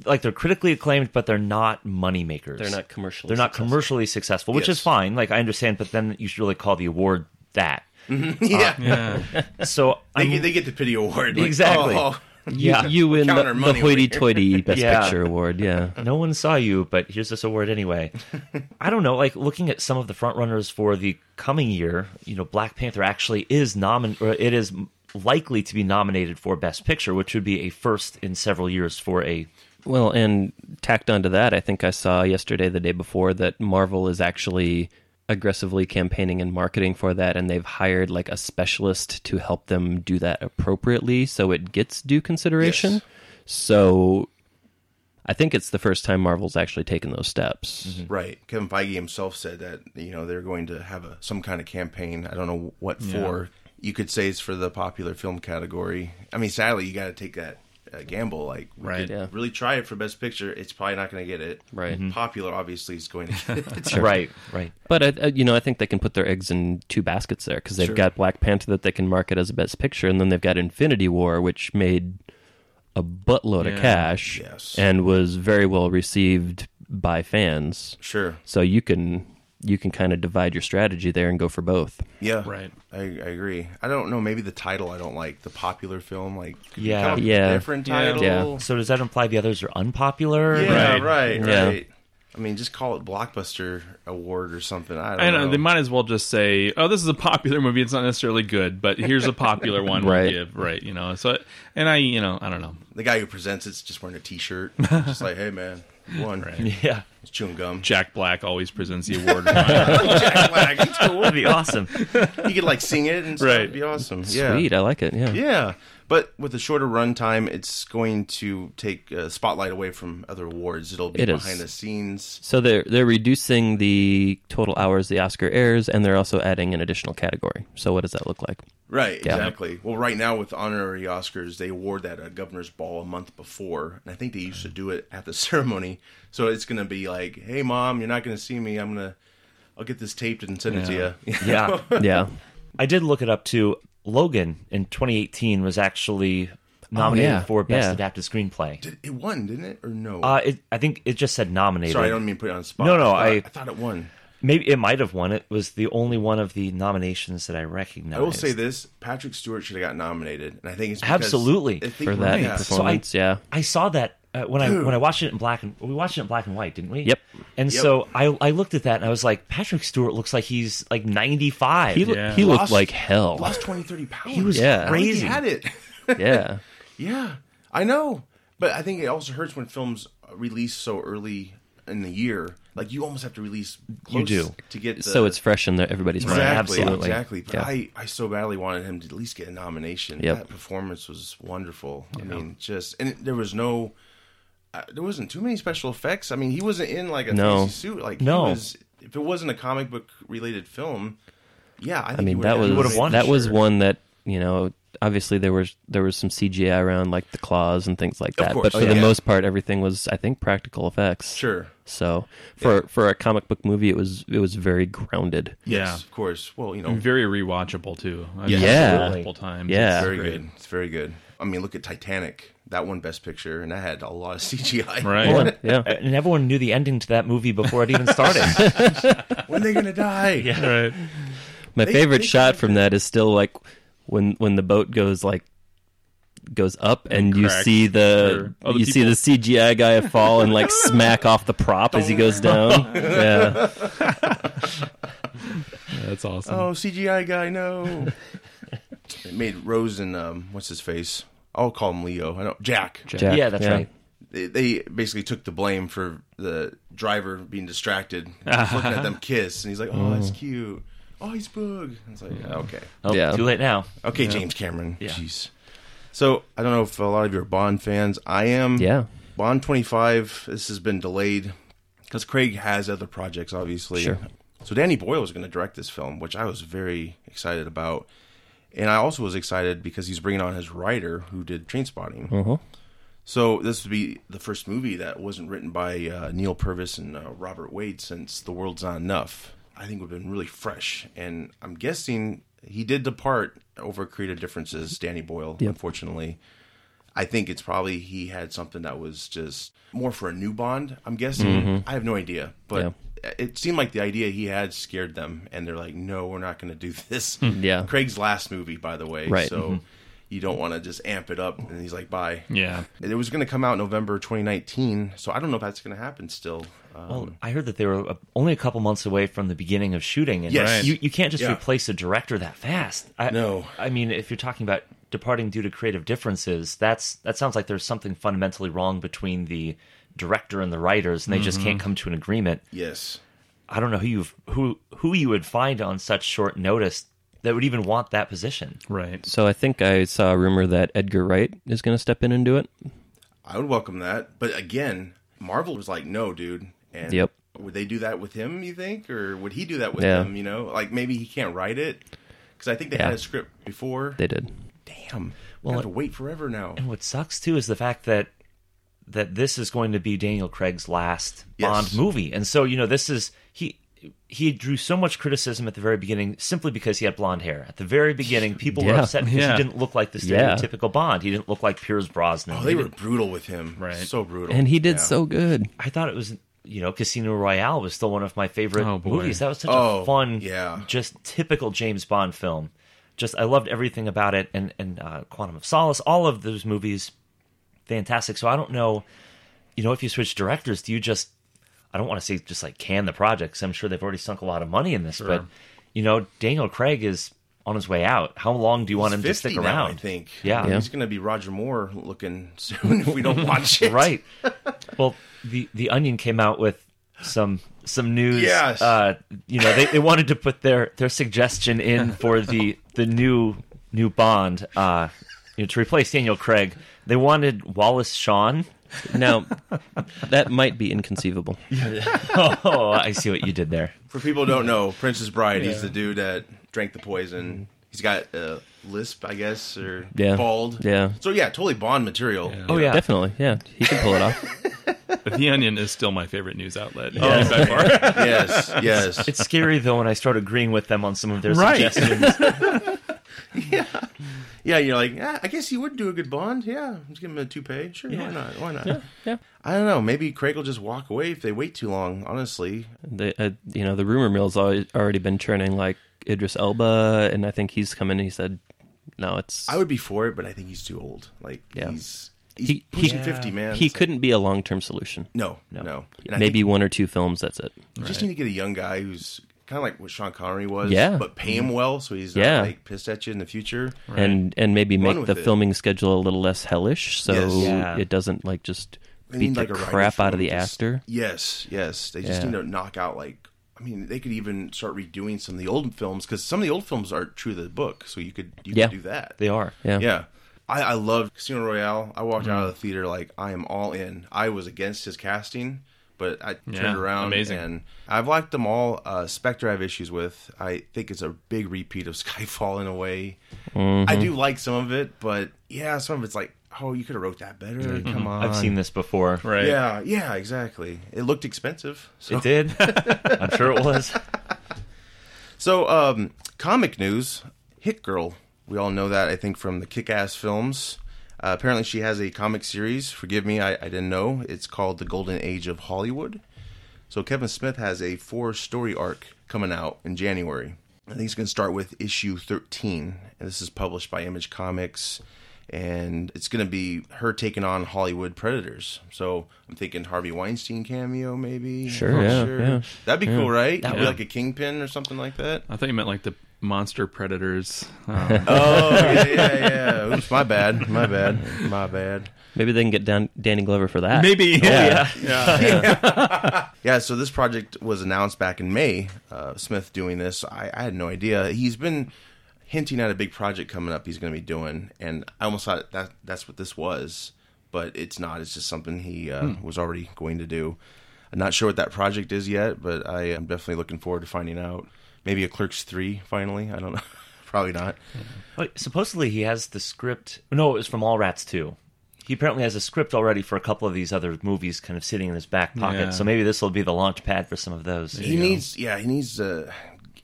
like they're critically acclaimed but they're not money makers.
They're not commercially
They're not
successful.
commercially successful, which
Yes.
is fine. Like I understand, but then you should really call the award
*laughs*
that.
yeah.
Yeah.
So
They,
I'm-
get, they get the pity award. like,
Exactly.
*laughs* oh.
yeah,
You win the,
counting
the
our money over here.
hoity-toity Best
Yeah.
Picture award. Yeah.
no one saw you, but here's this award anyway.
*laughs*
I don't know, like looking at some of the front runners for the coming year, you know, Black Panther actually is nomin or it is likely to be nominated for Best Picture, which would be a first in several years for a
Well, and tacked onto that, I think I saw yesterday, the day before, that Marvel is actually aggressively campaigning and marketing for that, and they've hired like a specialist to help them do that appropriately so it gets due consideration.
Yes.
So I think it's the first time Marvel's actually taken those steps.
Right. Kevin Feige himself said that you know they're going to have a some kind of campaign. I don't know what for. You could say it's for the popular film category. I mean, sadly, you got to take that uh, gamble. Like, we
Right.
could
Yeah.
really try it for best picture. It's probably not going to get it.
Right. Mhm.
Popular, obviously, is going to get it.
Right, right.
But I- I, you know, I think they can put their eggs in two baskets there because they've got Black Panther that they can market as a best picture, and then they've got Infinity War, which made a buttload of
Yeah.
cash
Yes.
and was very well received by fans.
sure.
So you can you can kind of divide your strategy there and go for both.
Yeah.
Right.
I, I agree. I don't know. Maybe the title I don't like. The popular film, like could we
Yeah.
come up with a
Yeah.
different
Yeah.
title.
Yeah.
So does that imply the others are unpopular?
Yeah,
Right.
right, right.
Yeah.
I mean, just call it blockbuster award or something. I don't
I
know.
know they might as well just say, "Oh, this is a popular movie. It's not necessarily good, but here's a
*laughs*
popular one." we'll
Right.
give," right. You know. So, and I, you know, I don't know.
The guy who presents it's just wearing a T-shirt, just like, hey man, you won. Right.
*laughs* Yeah.
It's chewing gum.
Jack Black always presents the award. *laughs* right.
Jack Black. It's cool.
That'd
*laughs*
be awesome.
He could like sing it and stuff.
Right.
It'd be awesome. Yeah.
Sweet, I like it. Yeah,
Yeah, but with a shorter run time, it's going to take uh, spotlight away from other awards. It'll be
It is.
behind the scenes.
So they're they're reducing the total hours the Oscar airs, and they're also adding an additional category. So what does that look like?
Right,
Yeah.
exactly. Well, right now with honorary Oscars, they award that a governor's ball a month before, and I think they used to do it at the *laughs* ceremony. So it's going to be like, "Hey, mom, you're not going to see me. I'm gonna, I'll get this taped and send it to *laughs* you."
Yeah.
Yeah,
I did look it up too. Logan in 2018 was actually
Oh,
nominated
yeah.
for Best
Yeah.
Adapted Screenplay.
It won, didn't it? Or no?
Uh, it, I think it just said nominated.
Sorry, I don't mean to put it on the spot.
No, no,
I
I-
thought, I thought it won.
Maybe it might have won. It was the only one of the nominations that I recognized.
I will say this: Patrick Stewart should have got nominated, and I think it's because
Absolutely.
I think-
for that
yeah.
performance. yeah,
I saw that uh, when I when I watched it in black and we watched it in black and white, didn't we?
Yep.
And
Yep.
so I I looked at that and I was like, Patrick Stewart looks like he's like 95.
he loo-
Yeah.
he looked
Lost-
like hell.
lost 20, 30 pounds.
was
Yeah.
crazy.
He had it. *laughs*
Yeah,
yeah, I know. But I think it also hurts when films release so early in the year. Like you almost have to release. Close
do.
to get the,
so it's fresh in the, everybody's mind.
exactly
absolutely.
exactly. But
Yeah.
I I so badly wanted him to at least get a nomination.
Yep.
That performance was wonderful. I mean, just and there was no. Uh, there wasn't too many special effects. I mean, he wasn't in like a
No.
fancy suit. Like he
No.
was, if it wasn't a comic book related film, yeah, I think
I mean, that was
would've won,
that was
sure.
one that you know. Obviously, there was there was some CGI around like the claws and things like that,
course,
but for the
yeah.
most part, everything was I think practical effects.
sure.
So for for a comic book movie, it was it was very grounded.
Yeah.
Yes, of course. Well, you know,
Very rewatchable too. I've
Yeah.
seen it
Yeah.
multiple times.
Yeah.
It's very
Great.
good. It's very good. I mean, look at Titanic. That one Best Picture, and that had a lot of *laughs* CGI.
Right.
Yeah.
*laughs* And everyone knew the ending to that movie before it
*laughs*
even started.
When are they gonna die?
*laughs* Right.
My
They-
favorite
they
shot
could-
from that is still like when when the boat goes like goes up and, you
cracks
see the
or other
you see the
people.
CGI guy fall and like smack off the prop as he goes down. Yeah.
That's awesome.
Oh, CGI guy, *laughs* no. it made Rose and um, what's his face? I'll call him Leo. I don't Jack.
Jack,
yeah, that's right.
They, they basically took the blame for the driver being distracted, just looking at them kiss, and he's like, "Oh, that's cute." Oh, he's boog. It's like, okay,
Oh,
Yeah.
Too late now.
okay, James Cameron. Jeez. So I don't know if a lot of you are Bond fans. I am.
Yeah.
Bond 25, this has been delayed because Craig has other projects, obviously.
Sure.
So Danny Boyle was going to direct this film, which I was very excited about. And I also was excited because he's bringing on his writer who did Train Spotting.
Mm-hmm.
So this would be the first movie that wasn't written by uh, Neil Purvis and uh, Robert Wade since The World's Not Enough. I think would have been really fresh. And I'm guessing he did depart over creative differences, Danny Boyle, unfortunately. I think it's probably he had something that was just more for a new bond. I'm guessing.
Mm-hmm.
I have no idea, but it seemed like the idea he had scared them, and they're like, "No, we're not going to do *laughs* this."
*laughs* Yeah.
Craig's last movie, by the way,
Right. Mm-hmm.
so you don't want to just amp it up. And he's like, "Bye."
Yeah.
It was going to come out November 2019, so I don't know if that's going to happen still. Um,
Well, Oh, I heard that they were uh, only a couple months away from the beginning of shooting, and
Yes. Right.
you, you can't just
Yeah.
replace a director that fast. I,
No.
I mean, if you're talking about departing due to creative differences, that's that sounds like there's something fundamentally wrong between the director and the writers, and they just can't come to an agreement.
yes,
I don't know who you who who you would find on such short notice that would even want that position.
Right.
So I think I saw a rumor that Edgar Wright is going to step in and do it.
I would welcome that, but again, Marvel was like, "No, dude." And
Yep.
Would they do that with him? You think, or would he do that with
Yeah.
them? You know, like maybe he can't write it because I think they had
Yeah.
a script before.
They did.
damn, well,
Well,
I have
it-
to wait forever now.
And what sucks too is the fact that that this is going to be Daniel Craig's last
Yes.
Bond movie, and so you know this is he. He drew so much criticism at the very beginning simply because he had blonde hair. At the very beginning, people were
Yeah,
upset because
yeah.
he didn't look like the
Yeah.
stereotypical Bond. He didn't look like Piers Brosnan.
Oh,
He
they were
didn't-
brutal with him,
Right.
So brutal,
and he did
Yeah.
so good.
I thought it was you know Casino Royale was still one of my favorite
Oh, boy.
movies. That was such a
Oh,
fun,
yeah.
just typical James Bond film. Just I loved everything about it, and and uh, Quantum of Solace, all of those movies, fantastic. So I don't know, you know, if you switch directors, do you just I don't want to say just like can the projects. I'm sure they've already sunk a lot of money in this, but you know, Daniel Craig is on his way out. How long do you want him to
50
stick
now,
around?
I think.
Yeah.
he's going to be Roger Moore looking *laughs* soon if we don't watch it.
*laughs* right. Well, the the Onion came out with some some news.
Yes.
Uh, you know, they, they wanted to put their their suggestion in for the the new new Bond. Uh, you know, to replace Daniel Craig, they wanted Wallace Shawn.
*laughs* Now, that might be inconceivable.
Oh, I see what you did there.
For people who don't know, Princess Bride. He's the dude that drank the poison. He's got a lisp, I guess, or
Yeah.
bald.
Yeah.
So yeah, totally Bond material.
Oh yeah,
Definitely, yeah, he can pull it off.
the Onion is still my favorite news outlet. Oh, by far.
*laughs* Yes. Yes.
*laughs* it's scary though when I start agreeing with them on some of their
Right.
suggestions.
yeah. You're like, ah, I guess he would do a good Bond. Yeah. Let's give him a toupee. Sure. Why not? Why not?
yeah.
I don't know. Maybe Craig will just walk away if they wait too long. Honestly,
The uh, you know the rumor mill's al- already been churning like Idris Elba, and I think he's come in. and He said, "No, it's
I would be for it, but I think he's too old. Like
Yeah.
he's he's
He- he-
pushing fifty, man.
he
It's like,
couldn't be a long term solution.
no, no. And I
Maybe one or two films. That's it.
You just need to get a young guy who's kind of like what Sean Connery was,
Yeah.
but pay him well so he's
Yeah.
not like pissed at you in the future.
and and maybe
Run
make
with
the
it.
filming schedule a little less hellish, so
Yes.
Yeah.
it doesn't like just
They
beat
need, like,
the
a writer
crap
for
out of
him,
the
just-
actor.
Yes, yes. They just
Yeah.
need to knock out like I mean, they could even start redoing some of the old films because some of the old films are true to the book, so you could you
Yeah.
could do that.
they are.
Yeah,
Yeah. I, I loved Casino Royale. I walked out of the theater like I am all in. I was against his casting, but I turned
Yeah,
around
amazing.
and I've liked them all. Uh, Spectre I have issues with. I think it's a big repeat of *laughs* Skyfall in a way. I do like some of it, but yeah, some of it's like, oh, you could have wrote that better. Come on.
I've seen this before.
Oh, Right.
Yeah, yeah, exactly. It looked expensive. So,
It did. I'm sure it was.
so um, comic news Hit Girl. We all know that, I think, from the kick ass films. Uh, apparently, she has a comic series. Forgive me, I, I didn't know. It's called The Golden Age of Hollywood. So, Kevin Smith has a four story arc coming out in January. I think it's going to start with issue 13. And this is published by Image Comics. And it's going to be her taking on Hollywood predators. So, I'm thinking Harvey Weinstein cameo, maybe.
Sure, yeah, yeah.
That'd be cool, right? That'd be
Yeah.
like a kingpin or something like that.
I thought you meant like the monster
*laughs*
predators. Um,
Oh yeah, yeah, yeah. Oops, my bad, my bad, my bad.
maybe they can get Dan- Danny Glover for that.
Maybe. yeah.
Yeah, so this project was announced back in May. Uh, Smith doing this, I, I had no idea. He's been hinting at a big project coming up. He's going to be doing, and I almost thought that that's what this was, but it's not. It's just something he uh, was already going to do. I'm not sure what that project is yet, but I am definitely looking forward to finding out. Maybe a Clerks three finally. I don't know. *laughs* Probably not.
But supposedly he has the script. No, it was from All Rats too. He apparently has a script already for a couple of these other movies, kind of sitting in his back pocket.
Yeah.
So maybe this will be the launch pad for some of those.
he needs yeah he needs to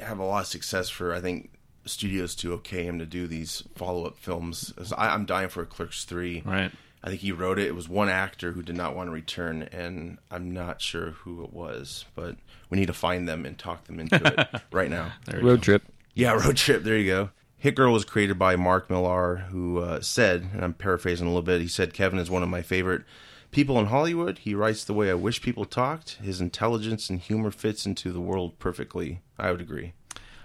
have a lot of success for i think studios to okay him to do these follow-up films 'Cause I, i'm dying for a clerks 3
Right.
i think he wrote it it was one actor who did not want to return and i'm not sure who it was but we need to find them and talk them into it right now
road trip.
*laughs* yeah, Road Trip. There you go. Hit Girl was created by Mark Millar, who uh, said, and I'm paraphrasing a little bit, he said, Kevin is one of my favorite people in Hollywood. He writes the way I wish people talked. His intelligence and humor fits into the world perfectly. I would agree.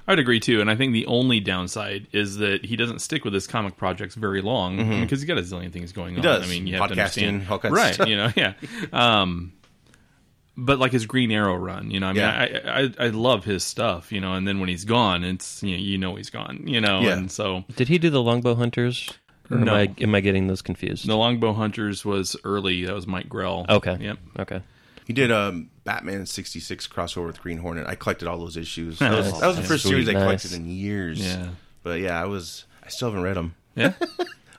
I would agree too, and I think the only downside is that he doesn't stick with his comic projects very long because he's got a zillion things going on.
Mm-hmm. does.
I mean, you have to
Podcasting,
understand,
all kinds of
right?
stuff.
You know,
*laughs*
yeah. Um, but like his Green Arrow run, you know, I mean,
Yeah.
I, I I love his stuff, you know, and then when he's gone, it's you know, you know he's gone, you know,
Yeah.
and so
Did he do the Longbow Hunters? Or am
No.
I am I getting those confused?
the Longbow Hunters was early. That was Mike Grell.
Okay.
Yep.
Okay.
He did um, Batman 66 crossover with Green Hornet. I collected all those issues. That was,
Nice.
that was the first
Sweet.
series I collected
Nice.
in years.
Yeah.
But yeah, I was. I still haven't read them.
Yeah,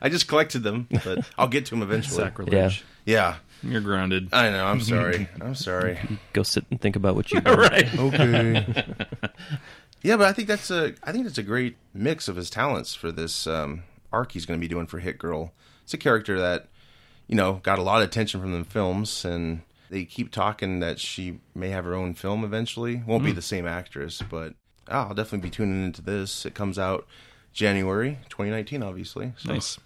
I just collected them,
*laughs*
but I'll get to them eventually.
sacrilege.
Yeah,
You're grounded.
I know. I'm
*laughs*
sorry. I'm sorry.
Go sit and think about what you.
All right.
okay. yeah, but I think that's a I think that's a great mix of his talents for this um, arc he's going to be doing for Hit Girl. It's a character that you know got a lot of attention from the films, and they keep talking that she may have her own film eventually. Won't be the same actress, but ah, I'll definitely be tuning into this. It comes out January 2019, obviously. So
Nice.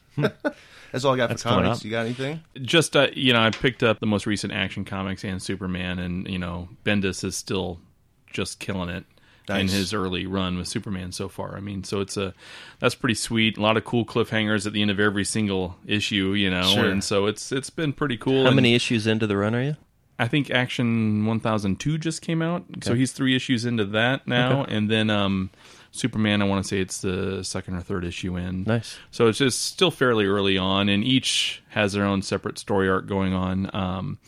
that's all I got for
coming
comics.
up.
You got anything?
Just uh, you know, I picked up the most recent Action Comics and Superman, and you know, Bendis is still just killing it in
Nice.
his early run with Superman so far. I mean, so it's a that's pretty sweet. A lot of cool cliffhangers at the end of every single issue, you know,
Sure.
and so it's it's been pretty cool.
How
and-
many issues into the run are you?
I think Action 1002 just came out, so he's three issues into that now, and then um, Superman. I want to say it's the second or third issue in.
Nice.
So it's just still fairly early on, and each has their own separate story arc going on. Um,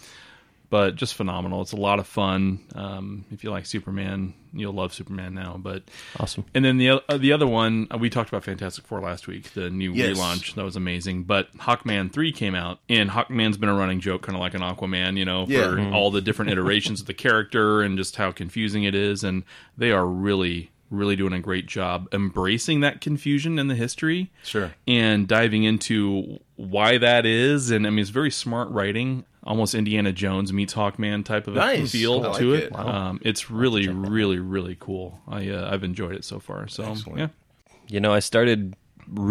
but just phenomenal. It's a lot of fun. Um, if you like Superman, you'll love Superman now. But
Awesome.
and then the o- uh, the other one uh, we talked about Fantastic Four last week, the new
Yes.
relaunch that was amazing. But Hawkman three came out, and Hawkman's been a running joke, kind of like an Aquaman, you know, for
Yeah.
all the different iterations of the character and just how confusing it is. And they are really, really doing a great job embracing that confusion and the history
Sure.
and diving into why that is. And I mean, it's very smart writing, almost Indiana Jones meets Hawkman type of a
Nice.
feel
I like
to
it.
it. Um, it's really, really, really cool. I uh, I've enjoyed it so far. So yeah,
You know, I started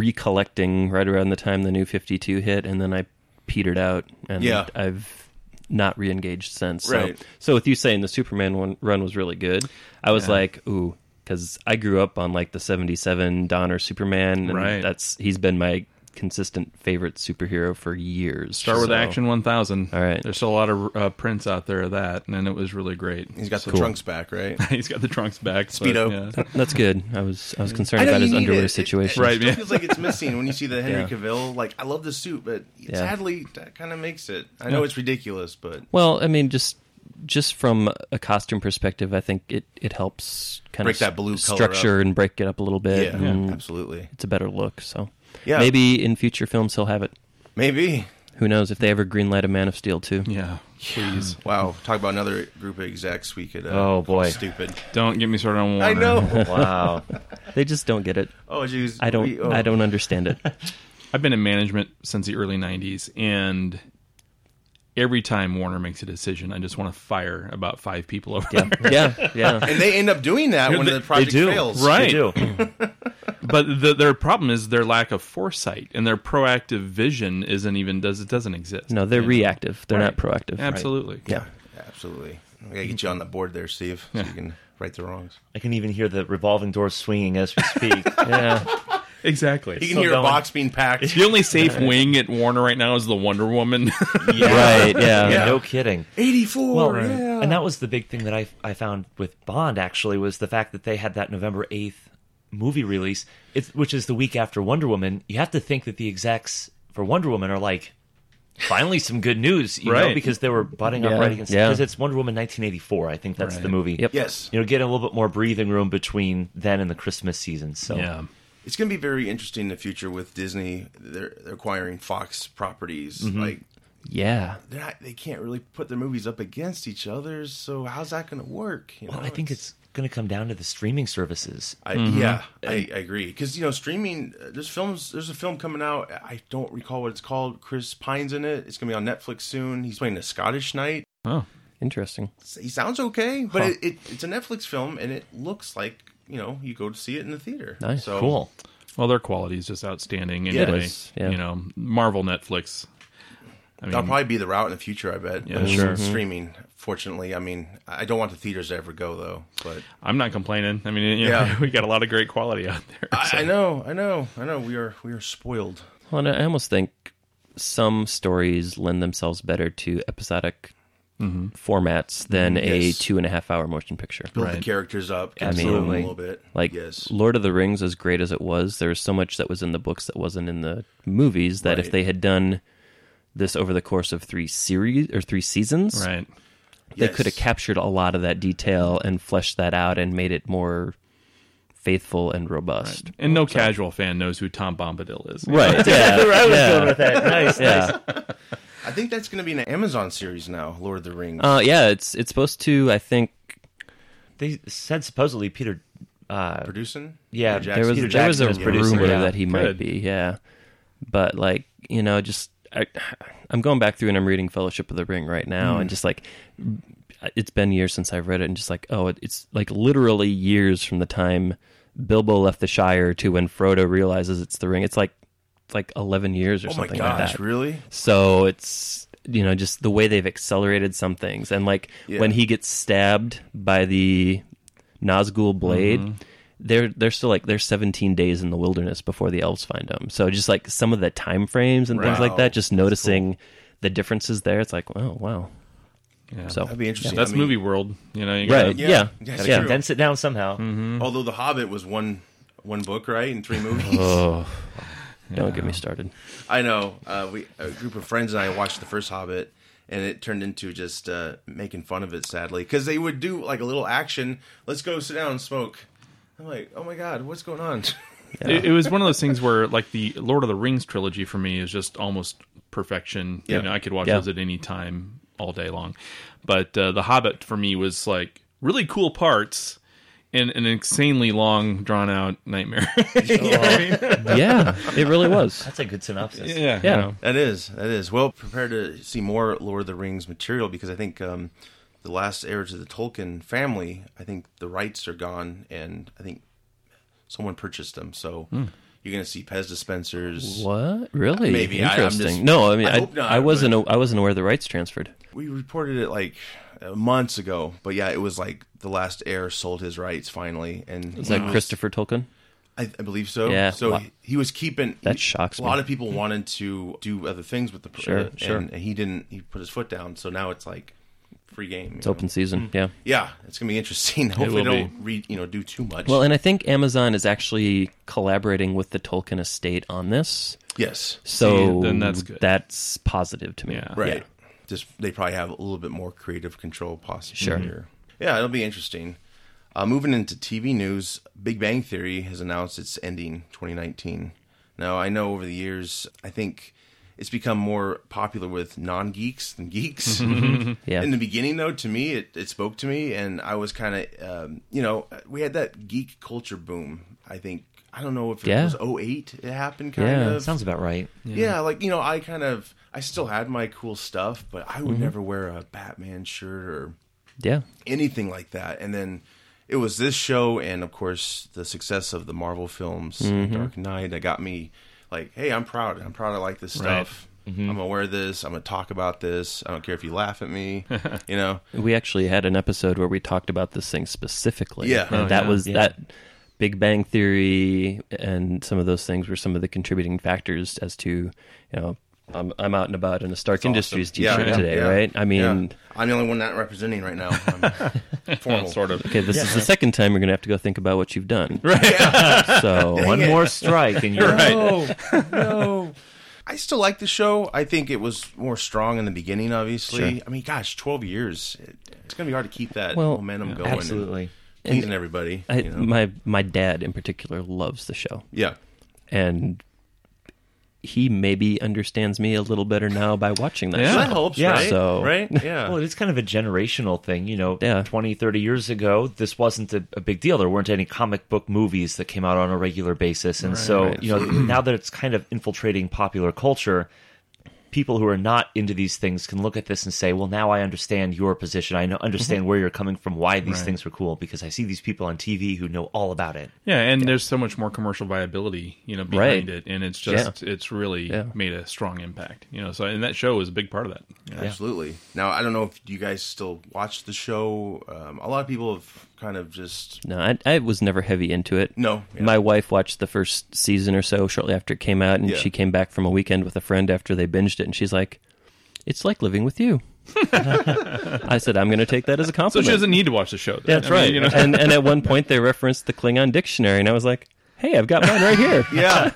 recollecting right around the time the new 52 hit, and then I petered out, and
Yeah.
I've not re-engaged since.
Right.
So, so with you saying the Superman one, run was really good, I was like, ooh, because I grew up on like the 77 Donner Superman, and
Right.
that's he's been my consistent favorite superhero for years.
start with
So-
Action One Thousand.
All right.
there's still a lot of uh, prints out there of that, and it was really great.
He's got the trunks back, right?
*laughs* He's got the trunks back. but,
Speedo.
yeah.
That's good. I was I was concerned
I know
about
you
his
need
underwear
it. It-
situation.
It,
Right,
still
man.
feels like it's missing when you see the Henry
Yeah.
Cavill. Like, I love the suit, but sadly, that kind of makes it. I know it's ridiculous, but
Well, I mean, just just from a costume perspective, I think it, it helps kind
Break
of
that blue color
structure and break it up a little
yeah,
bit. and
absolutely.
It's a better look. So
Yeah.
maybe in future films he'll have it.
Maybe.
Who knows if they ever greenlight a Man of Steel too?
yeah. Please
Wow. Talk about another group of execs we could. Uh,
Oh, boy.
call Stupid.
don't get me started on Warner.
I know.
*laughs* Wow.
They just don't get it.
Oh, jeez.
I don't.
We- oh.
I don't
*laughs*
understand it.
I've been in management since the early 90s, and every time Warner makes a decision, I just want to fire about five people over there.
yeah, yeah.
And they end up doing that when
They-
the
they
project
do.
fails.
Right.
They do.
But the, their problem is their lack of foresight and their proactive vision isn't even does it doesn't exist.
No, they're
Yeah.
reactive. They're not
Right.
proactive.
Absolutely.
Yeah.
Absolutely. We gotta get you on the board there, Steve, so you can right the wrongs.
I can even hear the revolving doors swinging as we speak.
*laughs* Yeah.
You
Exactly.
can
Still
hear a
going.
box being
*laughs*
packed.
The only safe wing at Warner right now is the Wonder Woman. *laughs*
Right. Yeah.
No kidding.
84.
Well,
yeah.
and that was the big thing that I I found with Bond actually was the fact that they had that November eighth movie release, it's, which is the week after Wonder Woman. You have to think that the execs for Wonder Woman are like, finally some good news, you know,
Right.
because they were butting
Yeah,
up right against
yeah.
because it's Wonder Woman 1984. I think that's the movie.
Yep.
yes.
You know, getting a little bit more breathing room between then and the Christmas season. So
yeah.
It's going to be very interesting in the future with Disney. They're, they're acquiring Fox properties.
Mm-hmm.
Like
Yeah.
they're not, they can't really put their movies up against each other. So how's that going to work? You
well,
know,
I think it's Mm-hmm. going to come down to the streaming services. *laughs*
I, yeah, I, I agree. Because you know, streaming. uh, There's films. There's a film coming out. I don't recall what it's called. Chris Pine's in it. It's going to be on Netflix soon. He's playing a Scottish knight.
Oh.
Interesting.
He sounds okay, but it, it, it's a Netflix film, and it looks like you know you go to see it in the theater.
Nice.
So,
Cool.
Well, their quality is just outstanding anyway.
is. Yeah.
You know, Marvel Netflix. I mean,
That'll probably be the route in the future, I bet.
Yeah,
But
sure.
Mm-hmm.
Streaming, fortunately. I mean, I don't want the theaters to ever go though. But
I'm not complaining. I mean, you know, *laughs*
Yeah.
we got a lot of great quality out there. so.
I, I know, I know, I know. We are we are spoiled.
Well, and I almost think some stories lend themselves better to episodic
Mm-hmm.
formats than a
Yes.
two and a half hour motion picture.
Build the
Right.
characters up, get
mean,
to know them a little bit.
Like
yes,
Lord of the Rings, as great as it was, there was so much that was in the books that wasn't in the movies. That if
Right.
they had done this over the course of three series or three seasons,
Right.
they
Yes.
could have captured a lot of that detail and fleshed that out and made it more faithful and robust.
And no casual fan knows who Tom Bombadil is.
Right. Yeah.
*laughs* I was
yeah.
going with that. Nice.
yeah.
I think that's going to be an Amazon series now, Lord of the Rings.
Uh, yeah, it's it's supposed to I think
They said supposedly Peter. Uh,
Producing?
Yeah,
Peter
there was
Jackson.
Peter
there was a
Jackson is producing
rumor
it.
that he might
Good.
be, yeah. But like you know, just I, I'm going back through and I'm reading Fellowship of the Ring right now, and just like it's been years since I've read it, and just like oh, it, it's like literally years from the time Bilbo left the Shire to when Frodo realizes it's the ring. It's like it's like 11 years or
Oh my
something like
gosh,
that.
really?
So it's you know just the way they've accelerated some things, and like
Yeah.
when he gets stabbed by the Nazgul blade,
Mm-hmm.
they're they're still like they're 17 days in the wilderness before the elves find him. So just like some of the time frames and things like
Wow.
that, just noticing the differences there, it's like oh wow.
Yeah.
So
That'd be interesting.
That's
I mean,
movie world. You know, you gotta-
right,
Yeah,
yeah,
that's true.
yeah.
Hmm.
Condense it down somehow.
Although The Hobbit was one one book, right,
*laughs*
and three movies.
Oh, Don't get
*laughs*
me started.
I know. Uh, we a group of friends and I watched the first Hobbit, and it turned into just uh, making fun of it, sadly, because they would do like a little action. Let's go sit down and smoke. I'm like, oh my god, what's going on? *laughs*
It, it was one of those things where, like, the Lord of the Rings trilogy for me is just almost perfection.
Yeah.
You know, I could watch
Yeah.
those at any time all day long. But uh, The Hobbit for me was like really cool parts and an insanely long, drawn out nightmare. *laughs* You know what I mean?
yeah, it really was.
That's a good synopsis.
yeah.
Yeah.
yeah.
that is, that is. Well, prepare to see more Lord of the Rings material because I think um, the last heir to the Tolkien family, I think the rights are gone, and I think someone purchased them. So you're going to see Pez dispensers.
What really?
Maybe, I- I'm
interesting.
just-
no, I mean,
I
I, I,
hope not,
wasn't. I wasn't aware the rights transferred.
We reported it like uh, months ago, but yeah, it was like the last heir sold his rights finally, and
Is that Christopher Tolkien?
I, I believe so.
Yeah.
So
Wow.
he, he was keeping.
That shocks
A
me.
lot of people wanted to do other things with the
Sure,
and,
sure.
And he didn't. He put his foot down. So now it's like free game.
It's open season.
Mm.
Yeah.
Yeah, it's gonna be interesting. *laughs* Hopefully,
will
they don't re, you know do too much.
Well, and I think Amazon is actually collaborating with the Tolkien estate on this.
yes,
So
See, then that's good.
that's positive to me.
Yeah.
right.
Yeah.
Just they probably have a little bit more creative control possibly.
Sure.
Here. Yeah, it'll be interesting. Uh, moving into TV news, Big Bang Theory has announced it's ending 2019. Now, I know over the years, I think it's become more popular with non geeks than geeks.
*laughs* Yeah.
In the beginning, though, to me, it, it spoke to me, and I was kind of, um, you know, we had that geek culture boom. I think, I don't know if it
Yeah.
was 08, it happened kind
Yeah.
of.
Sounds about right.
Yeah, like you know, I kind of I still had my cool stuff, but I
Mm-hmm.
would never wear a Batman shirt or
Yeah.
anything like that. And then it was this show, and of course the success of the Marvel films,
Mm-hmm.
Dark Knight, that got me like, hey, I'm proud. I'm proud. I like this
Right. Mm-hmm.
stuff. I'm gonna wear this. I'm gonna talk about this. I don't care if you laugh at me. you
*laughs*
know,
We actually had an episode where we talked about this thing specifically.
Yeah.
And
Oh,
that
yeah.
was
Yeah.
that Big Bang Theory and some of those things were some of the contributing factors as to, you know, I'm, I'm out and about in a Stark Industries
Yeah,
t-shirt
yeah,
today,
yeah.
right? I mean,
yeah. I'm the only one not representing right now.
*laughs*
I'm formal,
Sort of.
okay, this is the second time you're going to have to go think about what you've done. Right. So,
One more
*laughs*
strike, and you're
No, no. I still like the show. I think it was more strong in the beginning. Obviously, I mean, gosh, twelve years. It, it's going to be hard to keep that
Well,
momentum going. and
absolutely.
pleasing everybody.
I,
you know?
my my dad in particular loves the show.
yeah,
and he maybe understands me a little better now by watching that
Yeah.
So
show.
that helps.
Yeah.
right?
So-
right, yeah.
*laughs* Well, it's kind of a generational thing, you know.
Yeah.
20, 30 years ago, this wasn't a, a big deal. There weren't any comic book movies that came out on a regular basis, and so
right.
you know *clears throat* now that it's kind of infiltrating popular culture, people who are not into these things can look at this and say, "Well, now I understand your position. I know, understand where you're coming from. Why these things were cool because I see these people on TV who know all about it."
Yeah, and there's so much more commercial viability, you know, behind
Right.
it, and it's just it's really
Yeah.
made a strong impact, you know. So, and that show was a big part of that.
Absolutely. Now, I don't know if you guys still watch the show. Um, a lot of people have kind of
*laughs*
just
No, I, I was never heavy into it.
No, yeah.
my wife watched the first season or so shortly after it came out, and
Yeah.
she came back from a weekend with a friend after they binged it, and she's like, "It's like living with you." *laughs* I said, "I'm going to take that as a
So
compliment."
she doesn't need to watch the show. then.
That's
I mean,
right.
you know,
and and at one point they referenced the Klingon dictionary, and I was like, "Hey, I've got mine right here."
yeah.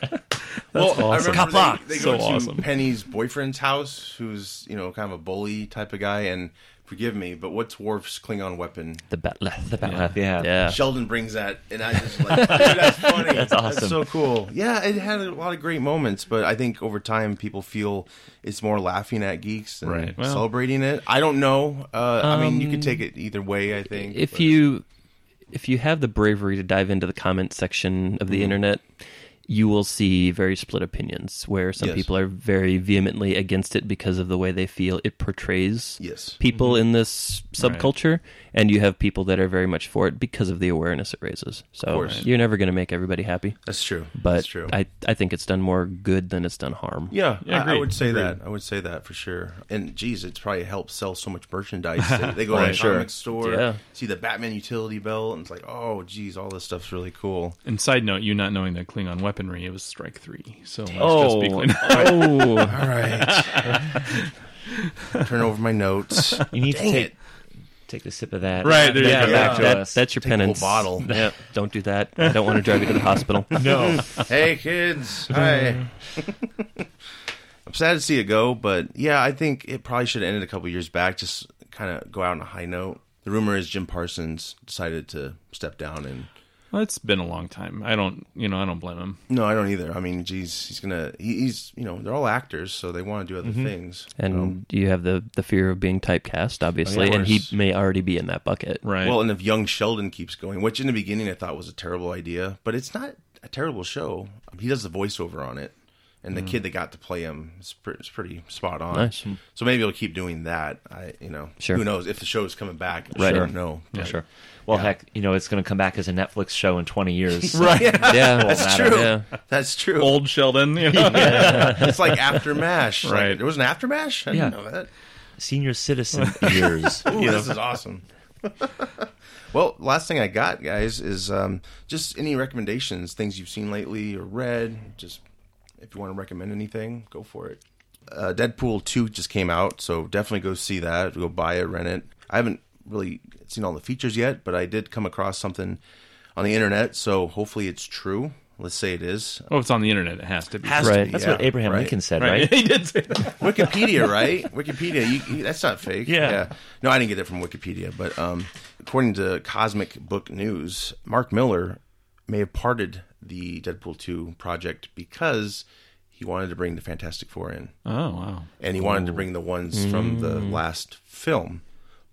well, I remember
Kapla.
they, they
So
go to
awesome.
Penny's boyfriend's house, who's you know kind of a bully type of guy, and forgive me, but what's Worf's Klingon weapon?
The Batleth. The
Batleth, Uh, yeah.
Yeah.
Sheldon brings that, and I just like, *laughs* dude, that's funny. That's
awesome.
so cool. Yeah, it had a lot of great moments, but I think over time people feel it's more laughing at geeks and
Right. Well-
celebrating it. I don't know. Uh, I mean, you could take it either way. I think
Um, if
but-
you if you have the bravery to dive into the comment section of the
Mm-hmm.
internet you will see very split opinions where some
Yes.
people are very vehemently against it because of the way they feel it portrays
yes, Mm-hmm.
people in this subculture and you have people that are very much for it because of the awareness it raises so
course.
you're never going to make everybody happy
that's true.
but
that's true.
I, I think it's done more good than it's done harm
yeah,
Yeah,
I- I,
agreed,
would say
agreed.
that. I would say that for sure. And geez, it's probably helped sell so much merchandise. They, they
*laughs*
go to
Right.
the
Sure.
comic store,
Yeah.
see the Batman utility belt, and it's like, oh, geez, all this stuff's really cool.
And side note, you not knowing the Klingon weaponry, it was strike three. So let's just be
oh,
Klingon.
oh.
All right, turn over my *laughs* notes.
You need
Dang
to take
it.
take a sip of that.
Right, there you
Yeah,
go.
back
Yeah.
to
That-
us.
that's your
Take the whole
penance
bottle. *laughs*
yeah, don't do that i don't want to drive you to the hospital
no.
hey kids hi Mm-hmm. *laughs* i'm sad to see it go but yeah i think it probably should have ended a couple years back just kind of go out on a high note the rumor is jim parsons decided to step down and
Well, it's been a long time. I don't, you know, I don't blame him.
no i don't either i mean geez he's gonna he, he's you know they're all actors so they want to do other things
and
Um,
you have the the fear of being typecast obviously and he
course.
may already be in that bucket
*laughs* Right.
Well, and if young Sheldon keeps going, which in the beginning I thought was a terrible idea, but it's not a terrible show. He does the voiceover on it, and the kid that got to play him is, pre- is pretty spot on.
Nice.
So maybe he'll keep doing that. I, you know,
Sure.
who knows if the show is coming back? I
Right.
don't know.
Yeah.
Sure. Well, heck, you know it's going to come back as a Netflix show in 20
*laughs*
years. so-
Right.
yeah
That's true.
yeah
That's true.
Old Sheldon. You *laughs* know?
It's like after Mash. Like,
Right.
there was an after Mash. I didn't
Yeah.
know that.
Senior *laughs* citizen years.
Ooh, this is awesome. *laughs* well, last thing I got, guys, is um, just any recommendations, things you've seen lately or read. Just if you want to recommend anything, go for it. Uh, Deadpool 2 just came out, so definitely go see that. Go buy it, rent it. I haven't really seen all the features yet, but I did come across something on the internet, so hopefully it's true. Let's say it is.
oh, it's on the internet. It has to be.
Has to
Right.
be,
That's
yeah,
what Abraham
right.
Lincoln said,
Right.
*laughs* right?
he did say that.
Wikipedia, right? Wikipedia. You, you- that's not fake.
Yeah.
No, I didn't get it from Wikipedia, but um, according to Cosmic Book News, Mark Miller may have parted the Deadpool 2 project because he wanted to bring the Fantastic Four in,
*laughs* Oh wow.
and he wanted to bring the ones from the last film.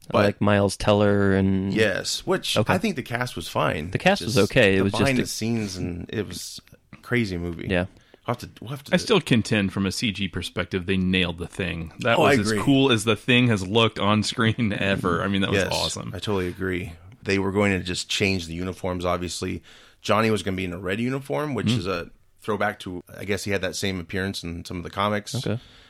But
Mm. like miles teller and
yes, which I think the cast was fine. The
cast was okay. It was just
behind
a-
the scenes, and it was a crazy movie.
Yeah.
We'll have to, we'll have to
I still contend, from a CG perspective, they nailed the thing. That
Oh, I
was as
agree.
cool as the thing has looked on screen *laughs* ever. I mean, that was awesome.
I totally agree. They were going to just change the uniforms, obviously. Johnny was going to be in a red uniform,
Hmm.
which is a throwback to, I guess he had that same appearance in some of the comics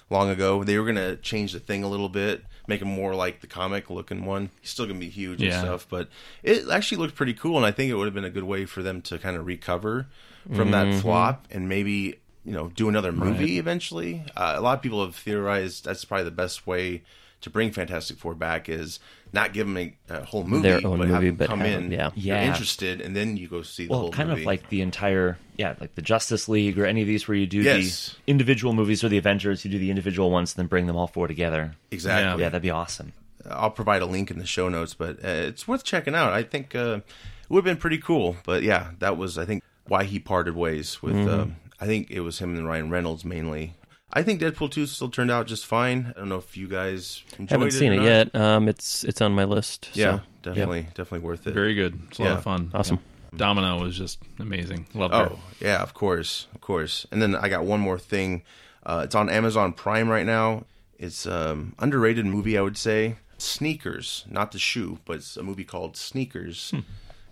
long ago. They were going to change the thing a little bit, make him more like the comic looking one. He's still going to be huge and
Yeah.
stuff, but it actually looked pretty cool. And I think it would have been a good way for them to kind of recover from
Mm-hmm.
that flop and maybe. You know, do another movie eventually. Uh, a lot of people have theorized that's probably the best way to bring Fantastic Four back is not give them a, a whole movie,
Their own
but have
movie,
them
but
come
have
in,
them- yeah.
you're
Yeah.
interested, and then you go see the
Well,
whole
kind
movie.
of like the entire, yeah, like the Justice League or any of these where you do
Yes.
the individual movies or the Avengers, you do the individual ones and then bring them all four together.
exactly.
Yeah, that'd be awesome.
I'll provide a link in the show notes, but uh, it's worth checking out. I think uh, it would have been pretty cool. But yeah, that was I think why he parted ways with.
Mm-hmm.
um I think it was him and Ryan Reynolds mainly. I think Deadpool two still turned out just fine. I don't know if you guys enjoyed
haven't
it or
seen it
not.
yet um it's it's on my list so,
Yeah, definitely, definitely worth it.
Very good. It's a lot
Yeah.
of fun.
awesome
Domino was just amazing. Loved her.
Oh yeah, of course, of course. And then I got one more thing. Uh, it's on Amazon Prime right now. It's um, underrated movie, I would say. Sneakers, not the shoe, but it's a movie called
Hmm.
Sneakers.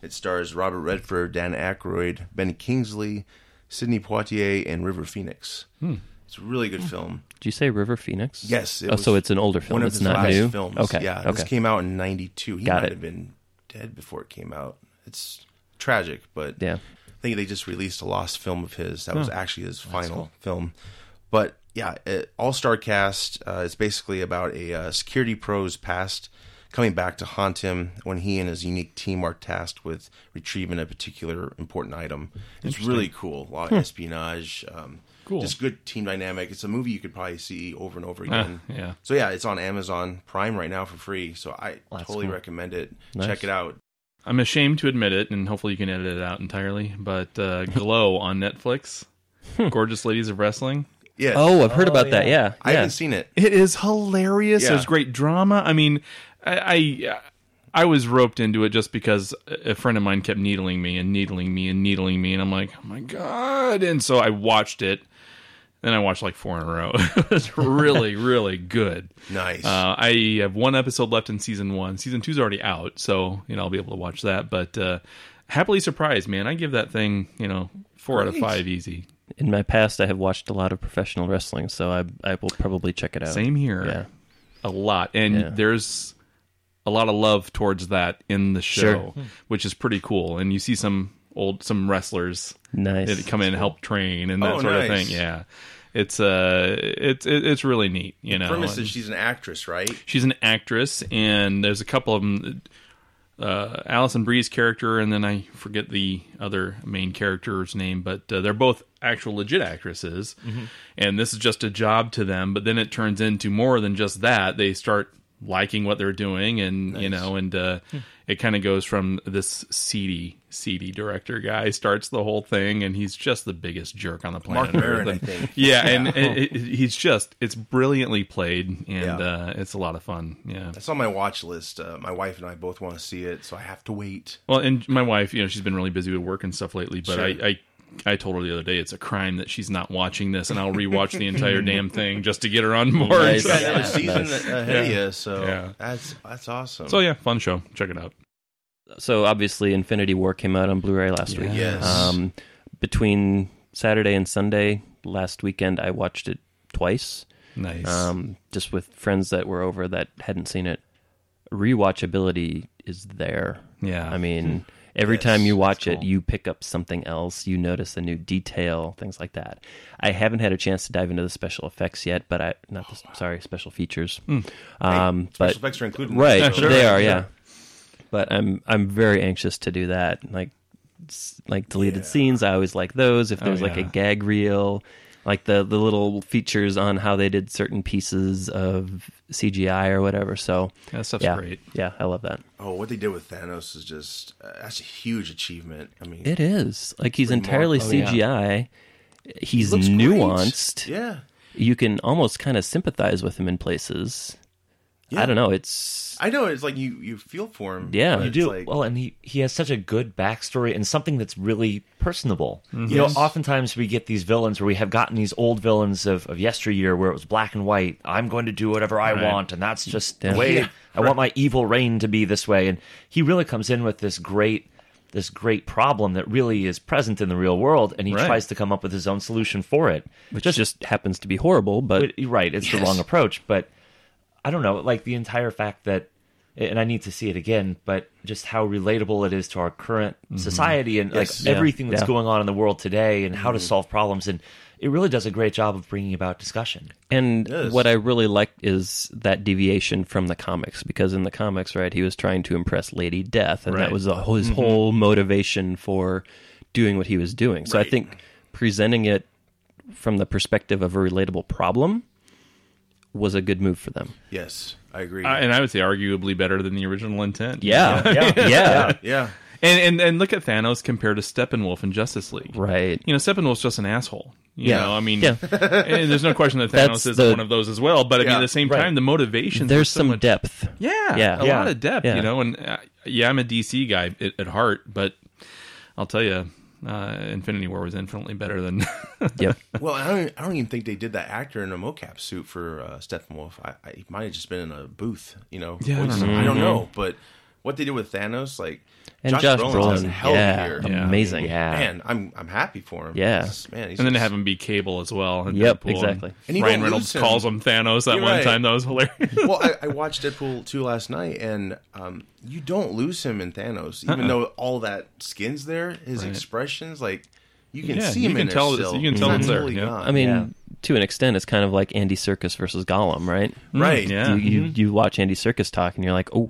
It stars Robert Redford, Dan Aykroyd, Ben Kingsley, Sidney Poitier, and River Phoenix. It's a really good film.
did you say river phoenix
Yes, it
Hmm. oh so
was
it's an older film
One of
it's
his
not
last
new
films.
okay
yeah,
okay
this came out in '92. He
Got
might
it.
have been dead before it came out. It's tragic, but
yeah
I think they just released a lost film of his. That was actually his final film. But yeah, all star cast. Uh, it's basically about a uh, security pro's past coming back to haunt him when he and his unique team are tasked with retrieving a particular important item. It's really cool. A lot of espionage. Um,
Cool.
Just good team dynamic. It's a movie you could probably see over and over
Ah,
again.
yeah.
So yeah, it's on Amazon Prime right now for free. So I
Well, that's
totally
cool.
recommend it.
Nice.
Check it out.
I'm ashamed to admit it, and hopefully you can edit it out entirely. But uh, Glow *laughs* on Netflix, Gorgeous Ladies of Wrestling.
Yes.
Oh, I've heard about that. Yeah,
I
yeah.
haven't seen it.
It is hilarious.
Yeah.
There's great drama. I mean, I, I I was roped into it just because a friend of mine kept needling me and needling me and needling me, and I'm like, oh my god! And so I watched it. Then I watched like four in a row. *laughs* it was really, really good.
Nice.
Uh, I have one episode left in season one. Season two's already out, so you know I'll be able to watch that. But uh, happily surprised, man. I give that thing you know four out of
Great.
five easy.
In my past, I have watched a lot of professional wrestling, so I I will probably check it out.
Same here.
Yeah.
A lot. And
Yeah.
there's a lot of love towards that in the show,
Sure.
which is pretty cool. And you see some old some wrestlers
Nice.
that come in and help train and that
Oh,
sort of
nice.
thing. Yeah. It's uh it's it- it's really neat, you know.
Premise
and-
is she's an actress, right?
she's an actress, and there's a couple of them. Uh, Allison Bree's character, and then I forget the other main character's name, but uh, they're both actual legit actresses,
Mm-hmm.
and this is just a job to them. But then it turns into more than just that. They start liking what they're doing, and you know, and uh,
Hmm.
it kind of goes from this seedy, seedy director guy starts the whole thing, and he's just the biggest jerk on the
Mark
planet. Earth.
Maron, I *laughs* think.
Yeah, and it, it, he's just it's brilliantly played, and
Yeah.
uh, it's a lot of fun. Yeah.
It's on my watch list. Uh, my wife and I both want to see it, so I have to *laughs* wait.
Well, and my wife, you know, she's been really busy with work and stuff lately, but
Sure.
I. I I told her the other day it's a crime that she's not watching this, and I'll rewatch the entire damn thing just to get her on board.
Nice.
Got
Yeah.
another season ahead of
Yeah.
you, so
Yeah.
that's that's awesome.
So yeah, fun show. Check it out.
So obviously, Infinity War came out on Blu-ray last week.
Yes.
Um, between Saturday and Sunday last weekend, I watched it twice,
Nice.
um, just with friends that were over that hadn't seen it. Rewatchability is there.
Yeah.
I mean, every
Yes,
time you
that's
watch it,
cool.
you pick up something else. You notice a new detail, things like that. I haven't had a chance to dive into the special effects yet, but I not the, sorry special features. Um,
Hmm. special
but
effects are included, in
Right,
that, so-
they are, yeah. But I'm I'm very anxious to do that. Like s- like deleted scenes, I always like those. If there's like a
yeah.
gag reel, like the the little features on how they did certain pieces of CGI or whatever. So
That stuff's
yeah,
great.
Yeah, I love that.
Oh, what they did with Thanos is just uh, that's a huge achievement. I mean,
It is like he's entirely
Remarkable. Oh,
CGI. He's
looks great.
nuanced.
Yeah,
You can almost kind of sympathize with him in places.
Yeah.
I don't know. It's
I know. It's like you you feel for him.
Yeah.
but
You
it's
do
like-
well, and he, he has such a good backstory and something that's really personable. You know, oftentimes we get these villains where we have gotten these old villains of, of yesteryear where it was black and white. I'm going to do whatever I want, and that's just the way I want my evil reign to be this way. And he really comes in with this great this great problem that really is present in the real world, and he
Right.
tries to come up with his own solution for it.
which just, happens to be horrible, but
But you're right, it's the wrong approach. But I don't know, like the entire fact that, and I need to see it again, but just how relatable it is to our current society and
Yes.
like everything that's
Yeah.
going on in the world today and how to solve problems. And it really does a great job of bringing about discussion.
And
Yes.
what I really like is that deviation from the comics because in the comics, right, he was trying to impress Lady Death, and
Right.
that was the, whole- his whole motivation for doing what he was doing. So I think presenting it from the perspective of a relatable problem was a good move for them.
Yes, I agree.
I- Uh, and I would say arguably better than the original intent.
Yeah, *laughs* yeah, yeah.
yeah,
And, and and look at Thanos compared to Steppenwolf in Justice League.
right.
You know, Steppenwolf's just an asshole. You
Yeah.
know, I mean,
Yeah.
*laughs* and there's no question that Thanos
*laughs* That's
is
the-
one of those as well. But I mean,
Yeah,
at the same
right.
time, the motivation
There's some depth.
Yeah,
Yeah.
a
Yeah.
lot of depth,
Yeah.
you know. And uh, yeah, I'm a DC guy at, at heart, but I'll tell you, uh, Infinity War was infinitely better than. *laughs*
Yep.
Well, I don't. I don't even think they did that actor in a mocap suit for uh, Steppenwolf. I, I he might have just been in a booth, you know.
Yeah, I don't
voice-
know. Mm-hmm.
know, but what they did with Thanos, like
And Josh,
Brolin's
Brolin,
done a hell of a year.
yeah,
Yeah.
amazing.
Yeah.
Man, I'm I'm happy for him.
Yeah.
It's- man, he's
and then to
just-
have him be Cable as well. And
Yep,
Deadpool,
exactly.
And
And,
you
Ryan
don't
Reynolds
lose him.
calls him Thanos that
You're
one
right.
time. That was hilarious.
well, I, I watched Deadpool two last night, and um, you don't lose him in Thanos,
Uh-uh.
even though all that skin's there. His expressions, like you can
Yeah,
see
you
him
can
in there
tell it's-
still.
you can tell
not
it's there,
fully
yeah.
gone.
I mean,
Yeah.
to an extent, it's kind of like Andy Circus versus Gollum, right?
*laughs* right?
Mm, yeah.
you, you you watch Andy Circus talk and you're like, oh,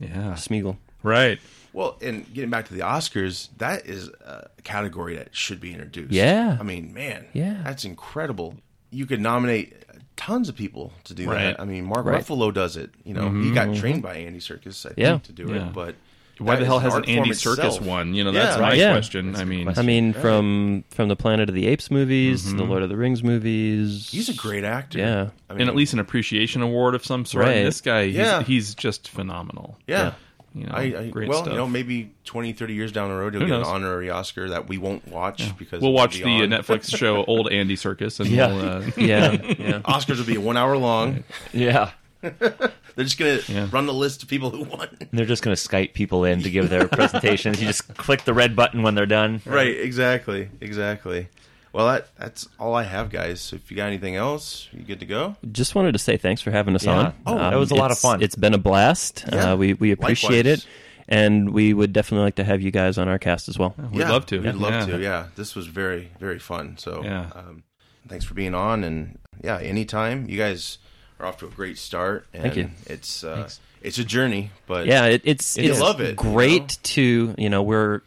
Yeah.
Smeagol.
Right.
Well, and getting back to the Oscars, that is a category that should be introduced.
Yeah.
I mean, man,
Yeah.
that's incredible. You could nominate tons of people to do
Right.
that. I mean, Mark
Right. Mm-hmm.
Ruffalo does it. You know, he got trained by Andy Circus, I
Yeah.
think, to do
Yeah.
it. But
Why
that
the hell
is an
hasn't
art form
Andy Circus
itself.
won? You know,
Yeah,
that's my
right. Yeah.
question. I mean,
I mean, from from the Planet of the Apes movies to the
Mm-hmm.
Lord of the Rings movies.
He's a great actor.
Yeah.
I
and at least an appreciation award of some sort.
Right.
And this guy, he's,
Yeah.
he's just phenomenal.
yeah.
You know,
I, I
oh, great
well,
stuff.
you know, maybe 20, 30 years down the road, he'll
Who
get
knows?
an honorary Oscar that we won't watch because
we'll
it'll
watch
be
the uh,
on.
Netflix
*laughs*
show Old Andy Circus, and
Yeah.
we'll, uh,
*laughs*
*laughs*
yeah, yeah.
Oscars will be one hour
*laughs*
long.
Yeah.
They're just gonna
Yeah.
run the list of people who won.
And they're just going to Skype people in to give *laughs* their presentations. You just click the red button when they're done.
Right, exactly, exactly. Well, that that's all I have, guys. If you got anything else, you good to go.
Just wanted to say thanks for having us
Yeah.
on. Um,
Oh, that was a lot of
it's-
fun.
It's been a blast.
Yeah.
Uh, we we appreciate
Likewise.
it, and we would definitely like to have you guys on our cast as well.
we'd love to.
We'd love
Yeah.
to. Yeah, this was very very fun. So
Yeah.
um, thanks for being on, and yeah, anytime. You guys are off to a great start. And
Thank you.
It's uh, it's a journey, but
Yeah, it, it's
It is.
it's
Love it,
great to you know we're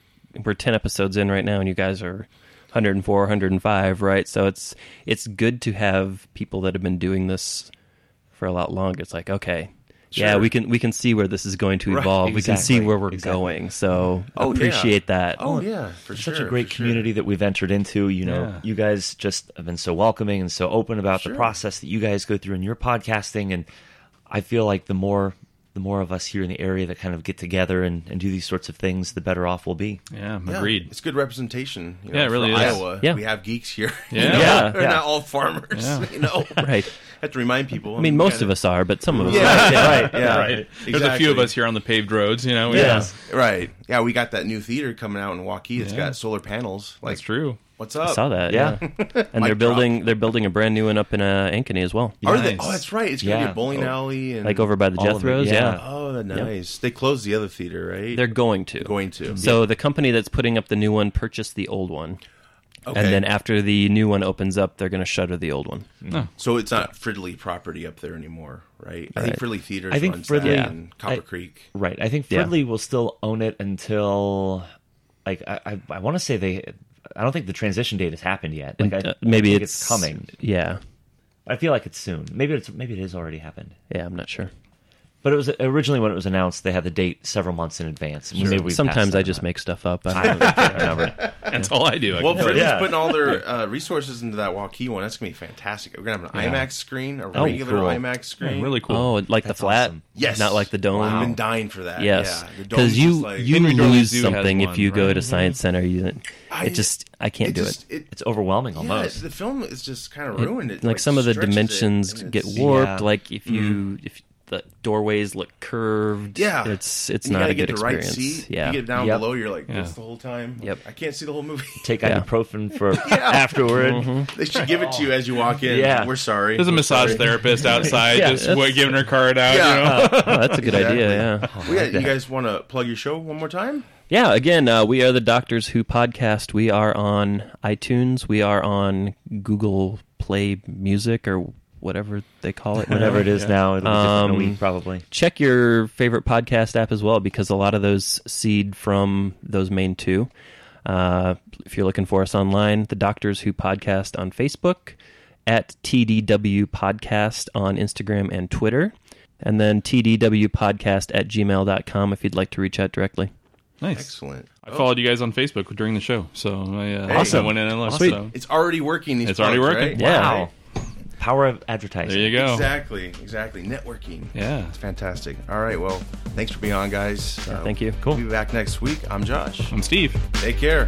we're ten episodes in right now, and you guys are 104, 105, right? So it's it's good to have people that have been doing this for a lot longer. It's like okay. Yeah,
Sure.
we can we can see where this is going to
Right,
evolve. we can see
exactly,
where we're
exactly.
going. So
Oh, yeah.
appreciate that.
Oh yeah, for
It's
sure.
such a great
for sure.
community that we've entered into. You know,
Yeah.
you guys just have been so welcoming and so open about the process that you guys go through in your podcasting. And I feel like the more the more of us here in the area that kind of get together and, and do these sorts of things, the better off we'll be.
Yeah,
*laughs* Yeah,
agreed.
It's good representation. You know,
Yeah, it really
for
is.
Iowa,
Yeah.
we have geeks here. *laughs*
Yeah.
you know?
Yeah,
We're
yeah.
not all farmers.
Yeah.
*laughs* You know,
Right.
have to remind people.
I mean, most of us are, but some of *laughs* us
Oh, Yeah. *laughs*
aren't.
right.
Yeah.
Right. There's a
Exactly.
few of us here on the paved roads. You know. we-
Yeah.
Right. Yeah, we got that new theater coming out in Waukee. It's
Yeah.
got solar panels. Like,
That's true.
What's up?
I saw that.
Yeah.
Yeah,
*laughs*
and they're
drop.
building they're building a brand new one up in uh, Ankeny as well,
Are they?
Nice.
Oh, that's right. It's gonna be
Yeah.
a bowling alley and
Oh, like over by the
All of them,
Jethros.
yeah.
Yeah.
Oh, nice. They closed the other theater, right?
they're going to
going to.
So the company that's putting up the new one purchased the old one,
okay.
and then after the new one opens up, they're going to shutter the old one.
so it's not Fridley property up there anymore, right? I think Fridley Theater.
I think
runs
Fridley-
that and Copper
I-
Creek.
Right. I think
Yeah.
Fridley will still own it until, like, I I, I want to say they. I don't think the transition date has happened yet. Like, I
Uh, maybe
think
it's,
coming.
Yeah,
I feel like it's soon. Maybe it's maybe it has already happened.
yeah, I'm not sure.
But it was originally when it was announced, they had the date several months in advance. And maybe we passed
Sometimes I
that
just
on.
make stuff up.
*laughs*
I don't really care.
Whatever.
That's all I do. I
Oh,
Well,
can-
Fridley's
yeah.
putting all
*laughs*
their uh, resources into that Waukee one. That's gonna be fantastic. We're gonna have an IMAX screen, a regular
cool.
IMAX screen.
really cool.
oh, like the flat,
awesome.
Yes.
not like the dome.
I've been dying for that.
Yes,
Yeah. The dome's
because you
just like-
you
Henry Dorley
lose
Zoo has
something if
one,
you go
right?
to Science Center. You it
I-
just I can't do
just-
it.
It's overwhelming
Yeah,
almost.
the film is just kind of ruined. It,
Like, some of the
stretches it,
dimensions
and
get
it's- Mm-hmm.
warped.
Yeah.
Like if you if the doorways look curved,
Yeah,
it's it's
You
not
gotta
a good
get the
experience.
Right seat.
Yeah, *laughs*
you get down
Yep.
below. You're like this
Yeah.
the whole time.
Yep.
I can't see the whole movie.
Take
Yeah.
ibuprofen for afterward.
*laughs* they should give it to you as you walk in.
Yeah.
we're sorry.
There's a
We're
massage
sorry. *laughs*
therapist outside
Yeah,
just
that's-
wa- giving her card out.
Yeah.
You know?
*laughs*
Oh, that's a good
Exactly.
idea. Oh, Yeah.
Well, yeah, you guys want to plug your show one more time?
Yeah, again, uh, we are the Doctors Who podcast. We are on iTunes. We are on Google Play Music or whatever they
*laughs*
call it. now.
Whatever it is now, it'll be different in a
Um,
week probably.
Check your favorite podcast app as well because a lot of those seed from those main two. Uh, if you're looking for us online, the Doctors Who podcast on Facebook, at TDW podcast on Instagram and Twitter, and then TDW podcast at gmail.com if you'd like to reach out directly.
Nice.
Excellent.
I followed you guys on Facebook during the show, so I, uh,
Awesome.
I went in and looked.
Sweet.
So.
It's already working. These
It's already
plugs,
working.
right?
Yeah.
Wow. Power of advertising.
There you go.
Exactly. Exactly. Networking.
Yeah.
It's fantastic. All right. Well, thanks for being on, guys. Uh,
thank you.
We'll be back next week. I'm Josh.
I'm Steve.
Take care.